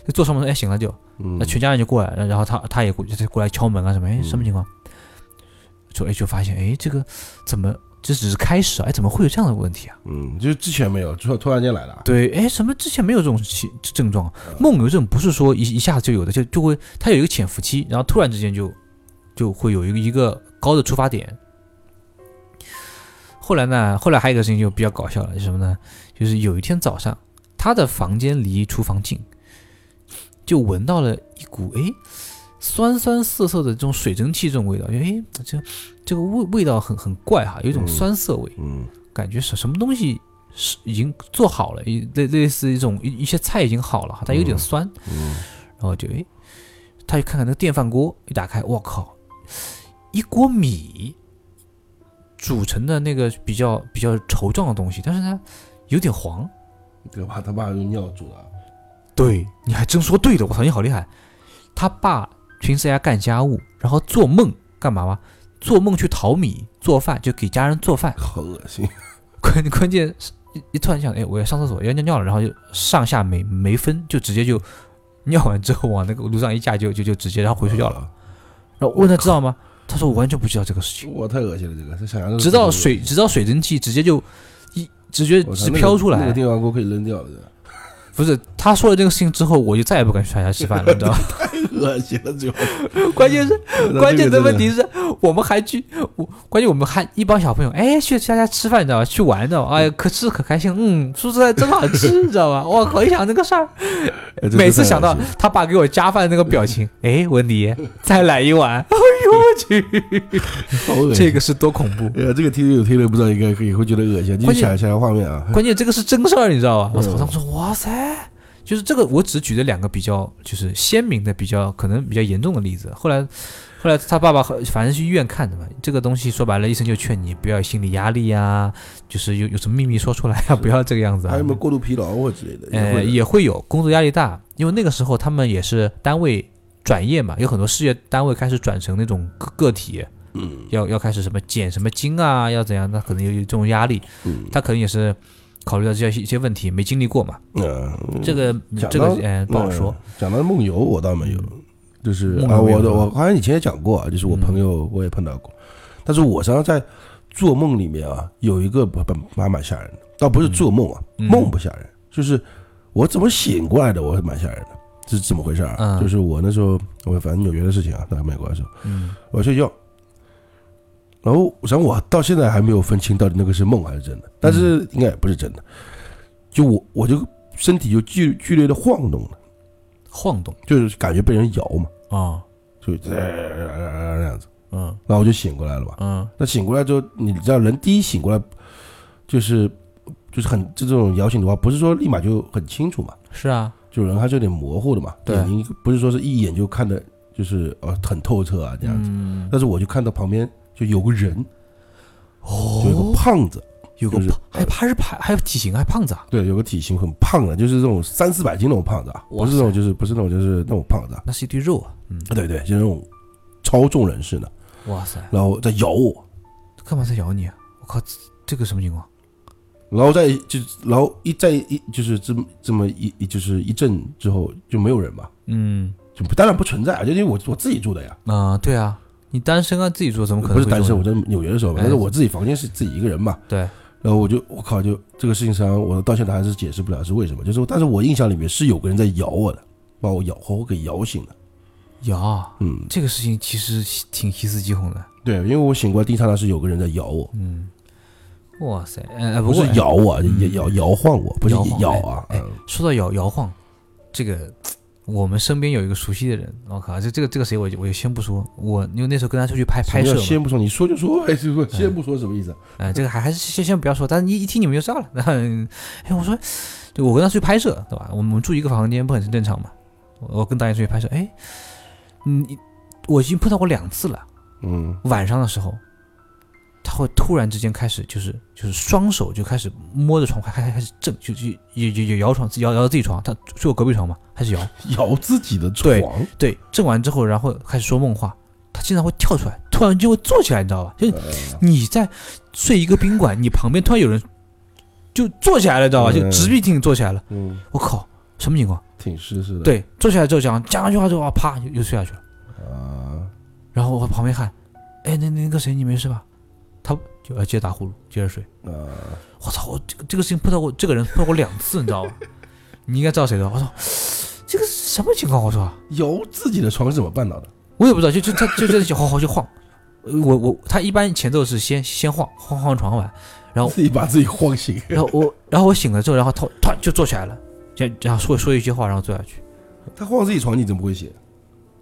B: 就坐上门，哎，醒了就，
A: 嗯
B: 那全家人就过来，然然后他他也过就过来敲门啊什么，哎，什么情况？就哎就发现，哎，这个怎么这只是开始啊？哎，怎么会有这样的问题啊？
A: 嗯，就是之前没有，突突然间来了。
B: 对，哎，什么之前没有这种奇症状？梦游症不是说一一下子就有的，就就会它有一个潜伏期，然后突然之间就就会有一个一个高的出发点。后来呢，后来还有一个事情就比较搞笑了，是什么呢？就是有一天早上，他的房间离厨房近，就闻到了一股哎酸酸涩涩的这种水蒸气这种味道，哎，这这个味味道很很怪哈，有一种
A: 嗯
B: 酸涩味。
A: 嗯
B: 感觉什什么东西是已经做好了，一类类似一种一一些菜已经好了，它有点
A: 嗯
B: 酸，
A: 嗯
B: 然后就诶，他就看看那个电饭锅，一打开，我靠，一锅米煮成的那个比较比较稠状的东西，但是它有点黄，
A: 这个怕他爸用尿煮的啊，
B: 对，你还真说对了，我操，你好厉害！他爸平时在家干家务，然后做梦干嘛吗？做梦去淘米做饭，就给家人做饭。
A: 好恶心。
B: 关 关键是一一突然想，哎，我要上厕所，要尿尿了，然后就上下没没分，就直接就 尿完之后往那个路上一架就就就直接然后回睡觉了。
A: 了。
B: 然后问他知道吗？他说我完全不知道这个事情，
A: 哦我太恶心了，这个他想象
B: 直到水直到水蒸气直接就一直接
A: 我操
B: 直
A: 那个
B: 飘出来。
A: 那个电饭锅可以扔掉了，
B: 不是他说了这个事情之后，我就再也不敢去他家吃饭了，你知道吗？
A: 太恶心了， 就
B: 关键是关键的问题
A: 是
B: 是我们还去，我关键我们还一帮小朋友，哎，去他家吃饭，你知道吧？去玩，你知道吧？哎呀，可吃可开心，嗯，蔬菜真好吃，你知道吧？我回想那个事儿，
A: 哎
B: 每次想到他爸给我加饭那个表情，哎，文迪，再来一碗，哎呦我去，这
A: 这
B: 个是多恐 怖！
A: 呃这个听友听了不知道应该以后觉得恶心，你
B: 关键
A: 想想象画面啊，
B: 关键这个是真事儿，你知道吧？我操！
A: 嗯
B: 当时说哇塞，就是这个，我只举了两个比较就是鲜明的、比较可能比较严重的例子。后来，后来他爸爸和反正去医院看的嘛。这个东西说白了，医生就劝你不要有心理压力呀、就是有有什么秘密说出来啊，不要这个样子啊。
A: 还有没有过度疲劳或之类的？
B: 呃，
A: 会的
B: 也会有工作压力大，因为那个时候他们也是单位转业嘛，有很多事业单位开始转成那种个个体，嗯，要要开始什么减什么精啊，要怎样，那可能有有这种压力，
A: 嗯
B: 他可能也是考虑到这些一些问题，没经历过嘛，
A: 嗯
B: 这个
A: 讲
B: 这
A: 到
B: 个嗯不好说，嗯
A: 嗯讲到梦游，我倒没有，就是
B: 梦游
A: 啊，
B: 没有
A: 我的
B: 是吧
A: 我好像以前也讲过啊，就是我朋
B: 嗯
A: 友我也碰到过，但是我常常在做梦里面啊，有一个蛮蛮蛮吓人的，倒不是做梦啊，
B: 嗯
A: 梦不吓人，就是我怎么醒过来的，我是蛮吓人的，这是怎么回事啊？
B: 嗯
A: 就是我那时候我反正纽约的事情啊，在美国的时候，
B: 嗯
A: 我要睡觉。然后，然后我到现在还没有分清到底那个是梦还是真的，但
B: 嗯
A: 是应该也不是真的。就我，我就身体就剧剧烈的晃动了，
B: 晃动
A: 就是感觉被人摇嘛，
B: 啊，
A: 就那样子。
B: 嗯
A: 然后我就醒过来了嘛。
B: 嗯
A: 那醒过来之后，你知道人第一醒过来，就是就是很这种摇醒的话，不是说立马就很清楚嘛，
B: 是啊，
A: 就人还是有点模糊的嘛，
B: 对
A: 眼睛不是说是一眼就看的，就是呃很透彻啊这样子。
B: 嗯
A: 但是我就看到旁边就有个人，有一个
B: 哦，
A: 胖子，
B: 有个
A: 就是
B: 胖还还是胖还有体型还胖子啊，
A: 对，有个体型很胖的，就是这种三四百斤那种胖子啊，
B: 哇
A: 不是那种就是不是那种就是那种胖子啊，
B: 那是一堆肉啊，嗯，
A: 对对，就是那种超重人士的，
B: 哇塞，
A: 然后在咬我，
B: 干嘛在咬你啊？我靠，这这个什么情况？
A: 然后再就然后一再一就是这么这么一一就是一阵之后就没有人嘛，
B: 嗯。
A: 就不当然不存在啊，就因为我我自己住的呀，
B: 啊、对啊，你单身啊，自己住怎么可能
A: 不是
B: 会
A: 单身，
B: 中
A: 我
B: 呢
A: 在纽约的时候嘛，
B: 哎
A: 但是我自己房间是自己一个人嘛，
B: 对，
A: 然后我就我靠就这个事情上我到现在还是解释不了是为什么，就是但是我印象里面是有个人在咬我的，把我咬活活给咬醒了，
B: 呀，
A: 嗯，
B: 这个事情其实挺细思极恐的。
A: 对，因为我醒过来第一刹那是有个人在咬我。
B: 嗯，哇塞，呃，呃
A: 不
B: 不
A: 是
B: 过
A: 摇我，啊
B: 嗯
A: 也摇摇晃我，不是
B: 摇晃
A: 咬啊，
B: 哎
A: 嗯
B: 说到摇摇晃，这个我们身边有一个熟悉的人，我靠，这这个这个谁我就我就先不说，我因为那时候跟他出去拍拍
A: 什
B: 摄
A: 么叫
B: 嘛，
A: 先不说，你说就说，哎，就说先不说什么意思啊？
B: 哎、这个还还是先先不要说，但是一一听你们就知道了。 然后，哎，我说，就我跟他出去拍摄，对吧？我们住一个房间不很正常嘛？我我跟导演出去拍摄，哎，嗯你我已经碰到过两次了。
A: 嗯，
B: 晚上的时候，他会突然之间开始就是就是双手就开始摸着床，开开开始震，就就也也也摇床，摇摇自己床，他睡我隔壁床嘛，开始摇。
A: 咬自己的床
B: 对，对，震完之后，然后开始说梦话，他经常会跳出来，突然就会坐起来，你知道吧？就是你在睡一个宾馆，你旁边突然有人就坐起来了，知道吧？就
A: 嗯
B: 直立挺坐起来了，
A: 嗯，
B: 我靠，什么情况？
A: 挺湿湿的，
B: 对，坐起来之后讲讲完句话之后，啊啪又又睡下去了。
A: 啊，
B: 然后我旁边喊：“哎，那那个谁，你没事吧？”他就要接着打呼噜，接着睡。
A: 啊，
B: 我操！我这个这个事情碰到过，这个人碰到过两次，你知道吧？你应该知道谁的。我操，这个是什么情况？我说，
A: 咬自己的床是怎么办到的？
B: 我也不知道，就就他就就就晃晃就晃。呃我我他一般前奏是先先晃晃晃床完，然后
A: 自己把自己晃醒，
B: 然后我然后我醒了之后，然后他突然就坐起来了，这样然后说说一句话，然后坐下去。
A: 他晃自己床，你怎么会醒？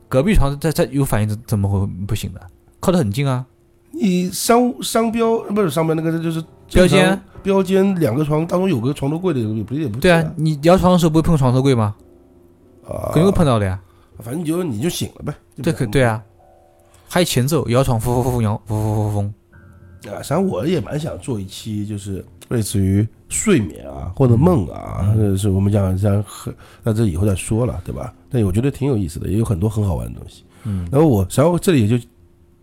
B: 隔壁床在在有反应怎怎么会不醒的？靠得很近啊，
A: 你商商标不是商标，那个就是
B: 标间。
A: 标间两个床当中有个床头柜的，不是也不
B: 对啊，你摇床的时候不会碰床头柜吗？
A: 啊，
B: 肯定会碰到的呀。
A: 反正你就你就醒了呗，
B: 对，可对，啊，还有前奏，摇床，呼呼呼呼，摇，呼呼呼呼，
A: 啊，实际上我也蛮想做一期，就是类似于睡眠啊，或者梦啊，
B: 嗯
A: 或者是我们讲像很，那这以后再说了，对吧？但我觉得挺有意思的，也有很多很好玩的东西。
B: 嗯，
A: 然后我，然后这里也就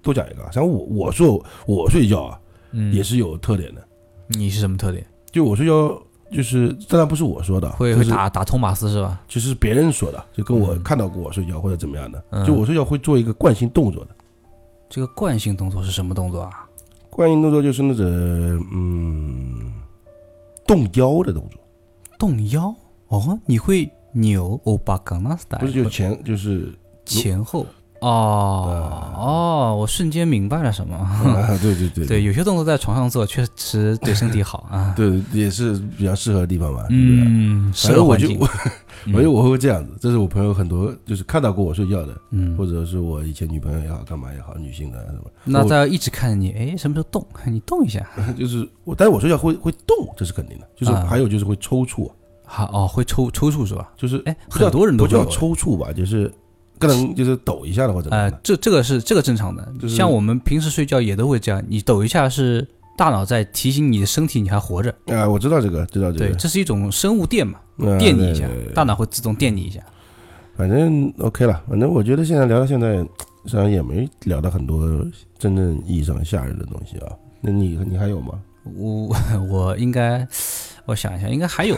A: 多讲一个啊，然后我我做我睡觉啊，
B: 嗯，
A: 也是有特点的，
B: 你是什么特点？
A: 就我睡觉。就是当然不是我说的，
B: 会
A: 就
B: 会
A: 是
B: 打打托马斯是吧？
A: 就是别人说的，就跟我
B: 嗯
A: 看到过我睡觉或者怎么样的，
B: 嗯
A: 就我睡觉会做一个惯性动作的。
B: 这个惯性动作是什么动作啊？
A: 惯性动作就是那种嗯动腰的动作，
B: 动腰哦，你会扭欧巴冈纳斯达，
A: 不是就前就是
B: 前后哦哦，我瞬间明白了什么。
A: 啊，对对对
B: 对，有些动作在床上做确实对身体好啊。
A: 对，也是比较适合的地方嘛，对不对？
B: 嗯，适
A: 反正我
B: 合环
A: 就
B: 境嗯
A: 我，反正我会这样子，这是我朋友很多就是看到过我睡觉的，
B: 嗯，
A: 或者是我以前女朋友也好，干嘛也好，女性的什么，
B: 那
A: 我
B: 他要一直看着你，哎，什么时候动？你动一下，
A: 就是我，但是我睡觉会会动，这是肯定的，就是
B: 啊
A: 还有就是会抽搐，
B: 好哦，会抽抽搐是吧？
A: 就是
B: 哎，
A: 不叫
B: 很多人都
A: 不
B: 会
A: 叫
B: 有
A: 抽搐吧，就是可能就是抖一下的或者怎么
B: 呃
A: 样的，
B: 这这个是这个正常的，
A: 就是
B: 像我们平时睡觉也都会这样，你抖一下是大脑在提醒你的身体你还活着，
A: 啊，我知道这个，知道这
B: 对，
A: 个
B: 这是一种生物电嘛，，
A: 啊
B: 电你一，下
A: 对对对，
B: 大脑会自动电你一下。
A: 反正 OK 了，反正我觉得现在聊到现在，实际上也没聊到很多真正意义上吓人的东西啊。那你你还有吗？
B: 我 我应该，我想一下，应该还有，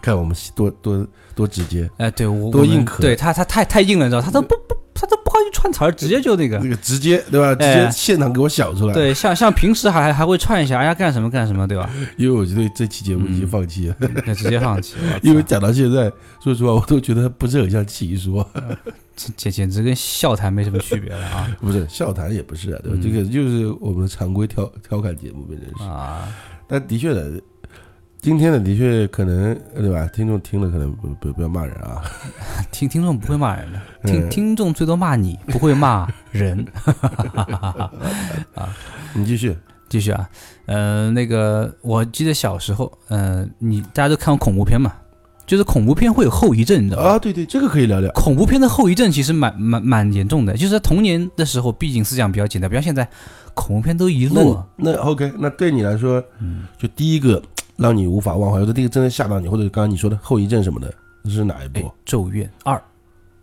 A: 看我们多多多直接，
B: 哎、对我
A: 多
B: 我们
A: 硬壳
B: 对他他太太硬了，你知道，他都不不他都不好意思串词儿，直接就那个
A: 那。个直接对吧？直接
B: 啊哎
A: 现场给我想出来。，
B: 对，像像平时还还会串一下，哎呀干什么干什么，对吧？
A: 因为我觉得这期节目已经
B: 嗯
A: 放弃了，
B: 那直接放弃，我操
A: 因为讲到现在，说实话我都觉得不是很像奇说，
B: 这简简直跟笑谈没什么区别了啊
A: 不是笑谈也不是啊，对吧？
B: 嗯
A: 这个就是我们的常规调调侃节目变成是。
B: 啊！
A: 但的确的，今天的的确可能对吧？听众听了可能不不不要骂人啊。
B: 听听众不会骂人的，
A: 嗯
B: 听听众最多骂你，不会骂 人。
A: 你继续，
B: 继续啊，呃，那个我记得小时候，呃，你大家都看过恐怖片嘛，就是恐怖片会有后遗症，你知道吧？
A: 啊，对对，这个可以聊聊。
B: 恐怖片的后遗症其实蛮蛮蛮严重的，就是在童年的时候，毕竟思想比较简单，不像现在恐怖片都一
A: 那
B: 路啊，
A: 那 OK，那对你来说，
B: 嗯，
A: 就第一个让你无法忘怀，或者第一个真的吓到你，或者刚刚你说的后遗症什么的，这是哪一
B: 哎
A: 部？，
B: 咒怨二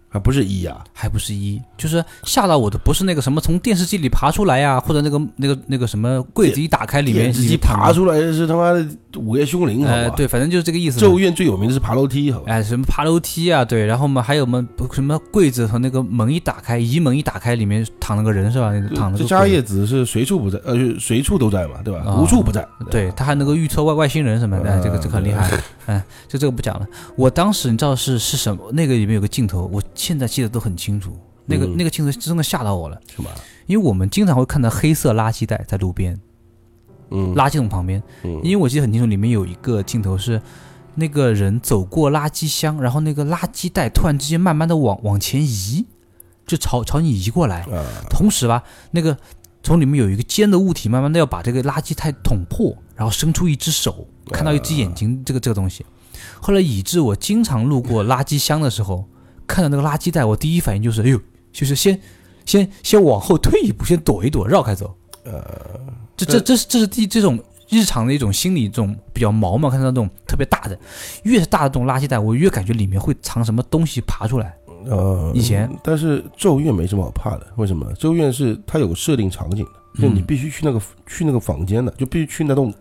A: 还不是一啊？
B: 还不是一，就是吓到我的不是那个什么从电视机里爬出来呀、或者那个那个那个什么柜子一打开里面
A: 电视机
B: 里面躺
A: 爬
B: 着
A: 出来是他妈的午夜凶铃，好
B: 呃，
A: 吧？
B: 对，反正就是这个意思嘛。
A: 咒怨最有名的是爬楼梯，好吧？
B: 哎，什么爬楼梯啊，对，然后嘛，还有嘛，什么柜子和那个门一打开，移门一打开，里面躺了个人是吧？那个躺了
A: 这
B: 个
A: 家
B: 鬼
A: 叶子是随处不在，呃，就随处都在嘛，对吧？
B: 啊
A: 无处不在。
B: 对，他还能够预测外外星人什么的，哎这个这个很厉害。 哎，就这个不讲了。我当时你知道是是什么？那个里面有个镜头，我现在记得都很清楚。那个、
A: 嗯
B: 那个镜头真的吓到我了，
A: 什么？
B: 因为我们经常会看到黑色垃圾袋在路边、
A: 嗯，
B: 垃圾桶旁边，
A: 嗯
B: 因为我记得很清楚，里面有一个镜头是那个人走过垃圾箱，然后那个垃圾袋突然之间慢慢的往往前移，就朝朝你移过来，
A: 啊，
B: 同时吧，那个从里面有一个尖的物体，慢慢的要把这个垃圾袋捅破，然后伸出一只手，看到一只眼睛，这个这个东西。后来以致我经常路过垃圾箱的时候，看到那个垃圾袋，我第一反应就是，哎呦，就是先先先往后退一步，先躲一躲，绕开走。呃，这这这是这是第这种日常的一种心理，这种比较毛嘛，看到那种特别大的，越是大的这种垃圾袋，我越感觉里面会藏什么东西爬出来。
A: 呃，
B: 以前，
A: 但是咒怨没什么好怕的，为什么？咒怨是它有设定场景的，就你
B: 嗯
A: 必须去那个去那个房间的，就必须去那栋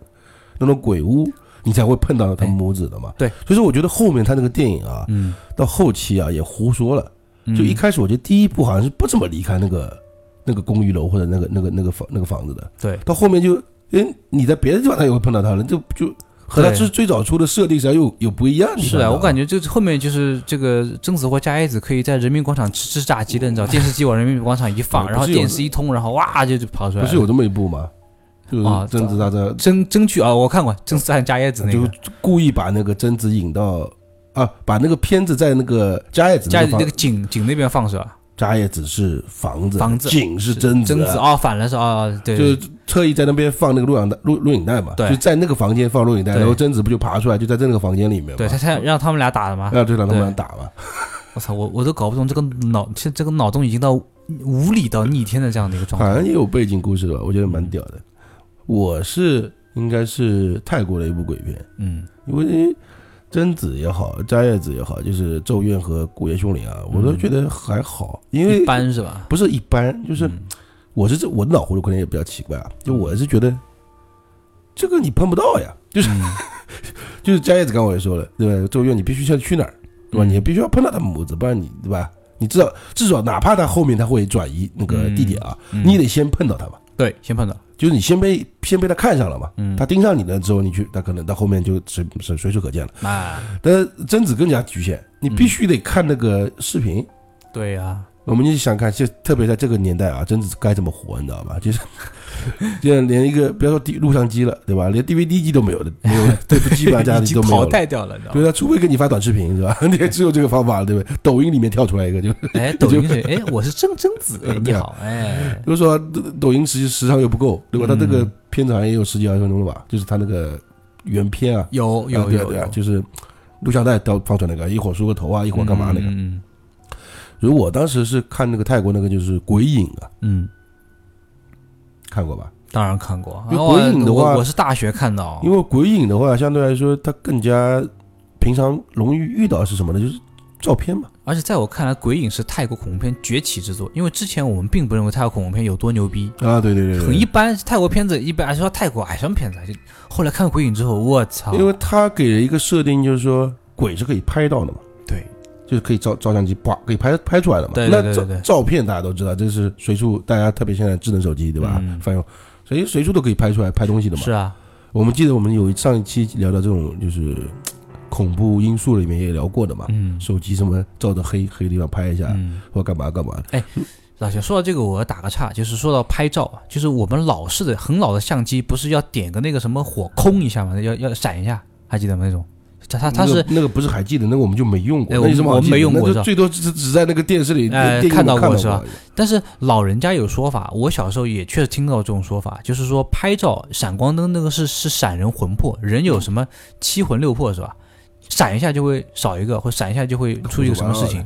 A: 那种鬼屋，你才会碰到他
B: 哎
A: 母子的嘛。
B: 对，
A: 所以说我觉得后面他那个电影啊，
B: 嗯，
A: 到后期啊也胡说了，
B: 嗯
A: 就一开始我觉得第一部好像是不怎么离开那个那个公寓楼或者那个那个那个房那个房子的，
B: 对
A: 到后面就，哎，你在别的地方他也会碰到他了，就就和他
B: 对
A: 最最早出的设定实际上又有不一样的地方
B: 是
A: 的。
B: 啊，我感觉就是后面就是这个曾子或加叶子可以在人民广场吃吃炸鸡的，你 知道，电视机往人民广场一
A: 嗯
B: 放，然后
A: 不是有
B: 电视一通，然后哇就就跑出来
A: 不
B: 了。
A: 是有这么一部吗？就是
B: 啊
A: 贞子大战
B: 真真剧啊，我看过曾子和加叶子那
A: 就
B: 个
A: 故意把那个贞子引到啊，把那个片子在那个加叶子
B: 加叶子
A: 房
B: 那个井井那边放是吧？
A: 加叶子是房子，
B: 房子
A: 井是贞啊
B: 曾子哦，反了是哦，对，
A: 嗯就是特意在那边放那个录像带录录影带嘛，
B: 对
A: 就在那个房间放录影带，
B: 对
A: 然后贞子不就爬出来，就在那个房间里面嘛，
B: 对他他让他们俩打的嘛。
A: 啊，对，让他们
B: 对
A: 俩打嘛，
B: 我操，我我都搞不懂这个脑，这这个脑洞已经到无理到逆天的这样的一个状
A: 好像
B: 态。
A: 也有背景故事的吧，我觉得蛮屌的。我是应该是泰国的一部鬼片，
B: 嗯
A: 因为贞子也好，斋叶子也好，就是《咒怨》和《古月凶铃》啊，我都觉得还好，因为
B: 嗯一般是吧？
A: 不是一般，就是
B: 嗯
A: 我是这我的脑回路可能也比较奇怪啊，就我是觉得这个你碰不到呀，就是
B: 嗯
A: 就是斋叶子刚我也说了，对吧？咒怨你必须要去哪儿，对吧？
B: 嗯
A: 你也必须要碰到他母子，不然你对吧？你至少至少哪怕他后面他会转移那个地点啊，
B: 嗯
A: 你得先碰到他吧，
B: 对，先碰到，
A: 就是你先被先被他看上了嘛。
B: 嗯，
A: 他盯上你了之后，你去，他可能到后面就随随随手可见了。
B: 那
A: 但是贞子更加局限，你必须得看那个视频。
B: 对啊呀，
A: 我们就想看，就特别在这个年代啊，贞子该怎么活，你知道吧？就是就连一个不要说 D 录像机了，对吧？连 DVD 机都没 有的，没有，对，基本上家
B: 已
A: 里
B: 经
A: 都没有
B: 淘
A: 了。
B: 汰啊掉了，你知道吗？
A: 对他，除非给你发短视频是吧？ 你也只有这个方法了，对不对？抖音里面跳出来一个，就 啊
B: 哎，抖音是哎，我是郑贞子，哎，你好，哎，
A: 就是说抖抖音实际时长又不够，对吧？他这个片长也有十几二十分钟了吧？就是他那个原片啊，
B: 有
A: 啊
B: 有
A: 对啊
B: 有
A: 对啊，
B: 有，
A: 就是录像带到放出来那个，一会儿梳个头啊，一会儿干嘛那个。
B: 嗯
A: 如果我当时是看那个泰国那个就是《鬼影》啊，
B: 嗯，嗯
A: 看过吧？
B: 当然看过。
A: 因为鬼影的
B: 我
A: 话
B: 我我是大学看的哦，
A: 因为《鬼影》的话，相对来说它更加平常容易遇到是什么呢？就是照片嘛。
B: 而且在我看来，鬼影是泰国恐怖片崛起之作，因为之前我们并不认为泰国恐怖片有多牛逼。
A: 啊，对对对对，
B: 很一般，泰国片子一般，还说泰国哎什么片子啊？就后来看《鬼影》之后，我操！
A: 因为它给了一个设定，就是说鬼是可以拍到的嘛。
B: 对，
A: 就是可以照照相机啪可以拍拍出来了嘛。
B: 对对对
A: 那照
B: 对对
A: 照片大家都知道，这是随处大家特别现在智能手机对吧？
B: 嗯
A: 反正随随处都可以拍出来拍东西的嘛
B: 是。啊，
A: 我们记得我们有一上一期聊到这种就是嘖恐怖因素里面也聊过的嘛，
B: 嗯
A: 手机什么照着黑黑地方拍一下、
B: 嗯。
A: 或干嘛干嘛的。
B: 老谢，说到这个，我要打个岔，就是说到拍照啊，就是我们老式的很老的相机，不是要点个那个什么火空一下吗？要要闪一下，还记得吗？那种，它它它
A: 那个
B: 啊是
A: 那个不是还记得那个我们就没用过，
B: 哎
A: 那有什么好
B: 我们
A: 记得
B: 没用过
A: 那
B: 是
A: 就
B: 吧
A: 最多只只在那个电视里、
B: 哎
A: 电影里
B: 看到
A: 到
B: 过
A: 过
B: 是吧？但是老人家有说法，我小时候也确实听到这种说法，就是说拍照闪光灯那个是是闪人魂魄，人有什么七魂六魄是吧？闪一下就会少一个，或闪一下就会出一个什么事情。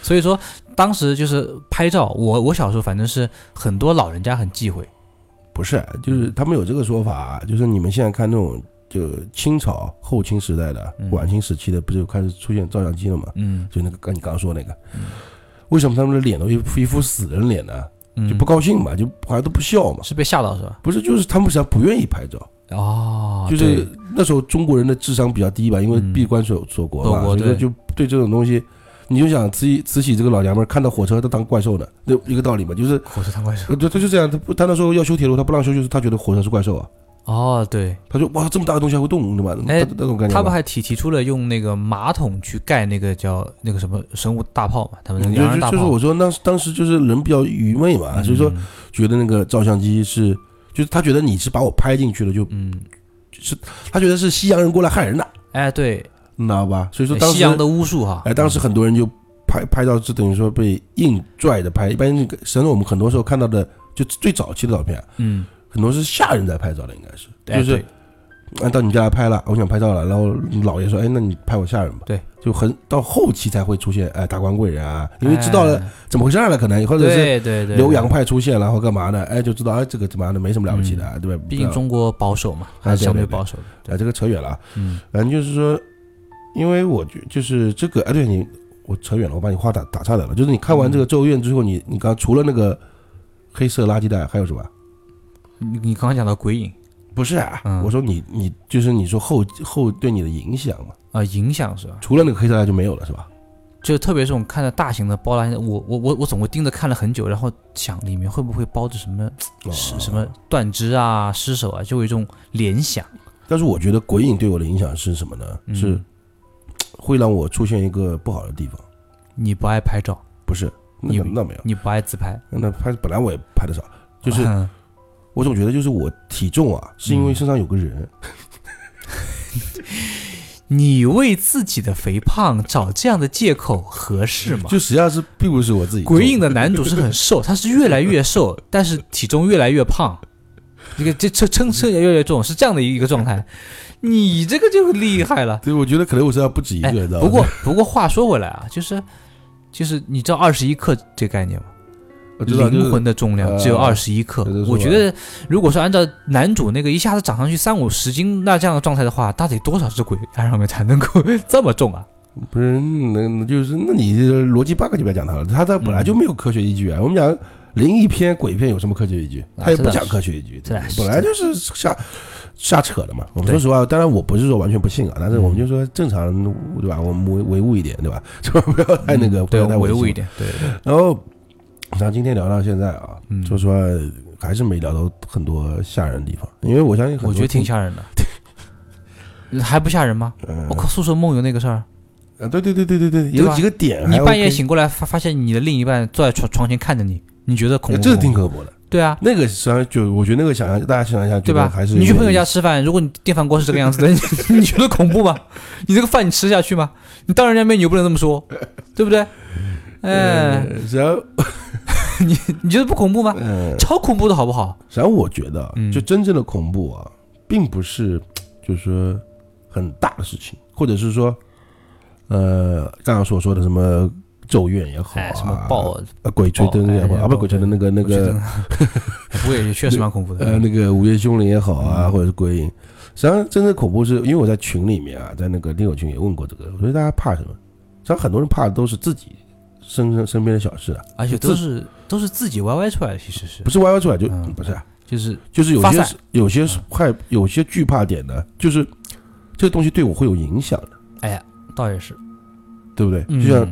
B: 所以说当时就是拍照，我我小时候反正是很多老人家很忌讳，
A: 不是，就是他们有这个说法，啊就是你们现在看那种就清朝后清时代的、
B: 嗯
A: 晚清时期的，不是有开始出现照相机了嘛？
B: 嗯
A: 就那个刚你刚刚说那个，为什么他们的脸都一副一副死人脸呢？
B: 嗯，
A: 就不高兴嘛，就好像都不笑嘛。
B: 是被吓到是吧？
A: 不是，就是他们实际上不愿意拍照，
B: 哦，
A: 就是那时候中国人的智商比较低吧，因为
B: 嗯
A: 闭关锁锁国嘛，
B: 锁国
A: 所以说
B: 对
A: 就对这种东西，你就想慈禧慈禧这个老娘们儿看到火车都当怪兽的，那一个道理嘛，就是
B: 火车当怪兽。
A: 呃就他就这样，他不他那时候要修铁路，他不让修，就是他觉得火车是怪兽啊，
B: 哦，对，
A: 他说哇这么大个东西还会动，对吧？
B: 哎
A: 那那种感觉嘛，
B: 他们还提提出了用那个马桶去盖那个叫那个什么神武大炮嘛，他们那
A: 嗯
B: 个
A: 就
B: 洋人
A: 就
B: 大
A: 就是
B: 炮。嗯
A: 我说当时当时就是人比较愚昧嘛，所以说觉得那个照相机是，就是他觉得你是把我拍进去了，就
B: 嗯，嗯，
A: 他觉得是西洋人过来害人的，
B: 哎，对，
A: 你知道吧？所以说当
B: 哎西
A: 时
B: 洋的巫术哈，
A: 哎，当时很多人就拍拍照，就等于说被硬拽着拍。一般那个，神我们很多时候看到的，就最早期的照片啊，
B: 嗯，
A: 很多是下人在拍照的，应该是，
B: 哎
A: 就是
B: 对
A: 哎到你家来拍了，我想拍照了，然后老爷说，哎，那你拍我下人吧。
B: 对，
A: 就很到后期才会出现，哎，达官贵人啊，因为知道了，怎么回事儿了，可能或
B: 哎
A: 者是
B: 对对对，
A: 留洋派出现了，或干嘛的，哎，就知道哎，这个他妈的没什么了不起的啊，对吧？
B: 嗯毕竟中国保守嘛，
A: 哎
B: 还是相
A: 对对
B: 对
A: 对
B: 保守的。
A: 哎，这个扯远了啊，
B: 嗯
A: 反正就是说，因为我觉就是这个，哎，对你，我扯远了，我把你话打打岔来了。就是你看完这个《咒怨》之后，你你刚除了那个黑色垃圾袋，还有什么？
B: 你你刚刚讲到鬼影
A: 不是啊，
B: 嗯
A: 我说你你就是你说后后对你的影响嘛，
B: 啊，影响是吧？
A: 除了那个黑色袋就没有了是吧？
B: 就特别是我们看的大型的包篮，我我我我总会盯着看了很久，然后想里面会不会包着什么
A: 哦
B: 是什么？断肢啊、尸首啊，就有一种联想。
A: 但是我觉得鬼影对我的影响是什么呢？
B: 嗯
A: 是会让我出现一个不好的地方，
B: 你不爱拍照，
A: 不是？那
B: 你
A: 那没有，
B: 你不爱自拍，
A: 那拍本来我也拍的少，就是
B: 嗯
A: 我总觉得就是我体重啊，是因为
B: 嗯
A: 身上有个人，
B: 你为自己的肥胖找这样的借口合适吗？
A: 就实际上是并不是我自己。
B: 鬼影的男主是很瘦，他是越来越瘦， 但是体重越来越胖，这个这称称称也越来越重，是这样的一个状态。你这个就厉害 了。
A: 对，我觉得可能我身上不止一个，
B: 哎
A: 你知道吗？
B: 不过不过话说回来啊，就是就是你知道二十一克这个概念吗？
A: 我知道，就是
B: 灵魂的重量只有
A: 呃
B: 二十一克
A: 有的。说
B: 我觉得，如果是按照男主那个一下子长上去三五十斤那这样的状态的话，那得多少只鬼压上面才能够 这么重啊？
A: 不是，那那就是，那你这逻辑 bug 就不要讲它了，它它
B: 嗯
A: 本来就没有科学依据啊。我们讲灵异片、鬼片有什么科学依据？
B: 啊
A: 它也不
B: 这倒
A: 讲
B: 是
A: 科学依据，
B: 这倒是
A: 本来就是瞎瞎扯的嘛。我们
B: 对
A: 说实话，当然我不是说完全不信啊，但是
B: 嗯
A: 我们就说正常，对吧？我们唯唯物一点，对吧？ 千万不要太那个，不
B: 嗯对，
A: 要太
B: 唯物一
A: 点。
B: 点，对，
A: 然后，像今天聊到现在啊，
B: 嗯
A: 说实话还是没聊到很多吓人的地方，因为我相信很多
B: 我觉得挺吓人的，还不吓人吗？
A: 嗯
B: 我靠，宿舍梦游那个事儿，
A: 啊，对对对对对对，哎
B: 对
A: 有
B: 吧
A: 几个点
B: 你
A: 还
B: 半夜
A: OK
B: 醒过来发发现你的另一半坐在床床前看着你，你觉得恐怖
A: 呃
B: 吗？
A: 这个挺可怖的。
B: 对啊，
A: 那个实际上就我觉得那个想象，大家想象一下，
B: 对吧？
A: 还是
B: 你去
A: 有
B: 朋友
A: 点
B: 家吃饭，如果你电饭锅是这个样子的， 你你觉得恐怖吗？你这个饭你吃下去吗？你当人家面你又不能这 么说，对不对？
A: 呃
B: 嗯，，
A: 然后
B: 你觉得不恐怖吗？
A: 嗯，
B: 超恐怖的好不好？
A: 然后我觉得啊
B: 嗯，
A: 就真正的恐怖啊，并不是就是说很大的事情，或者是说，呃，刚刚所说的什么咒怨也好
B: 哎
A: 啊，，
B: 什么爆
A: 呃鬼吹灯也好
B: 爆哎
A: 啊，不是鬼吹灯那个那
B: 觉得
A: 个
B: 不过也确实蛮恐怖的。
A: 呃那个午夜凶铃也好啊，
B: 嗯
A: 或者是鬼影。实际上，真正恐怖是因为我在群里面啊，在那个听友群也问过这个，我觉得大家怕什么？实际上，很多人怕的都是自己身身身边的小事啊。
B: 而且都是都是自己 YY 出来的，其实是
A: 不是歪歪出来就、
B: 嗯
A: 不是啊，
B: 就是
A: 就是有
B: 发
A: 些
B: 散嗯
A: 是有些是害有些惧怕点呢，就是这个东西对我会有影响的，
B: 倒也是，
A: 对不对？
B: 嗯
A: 就像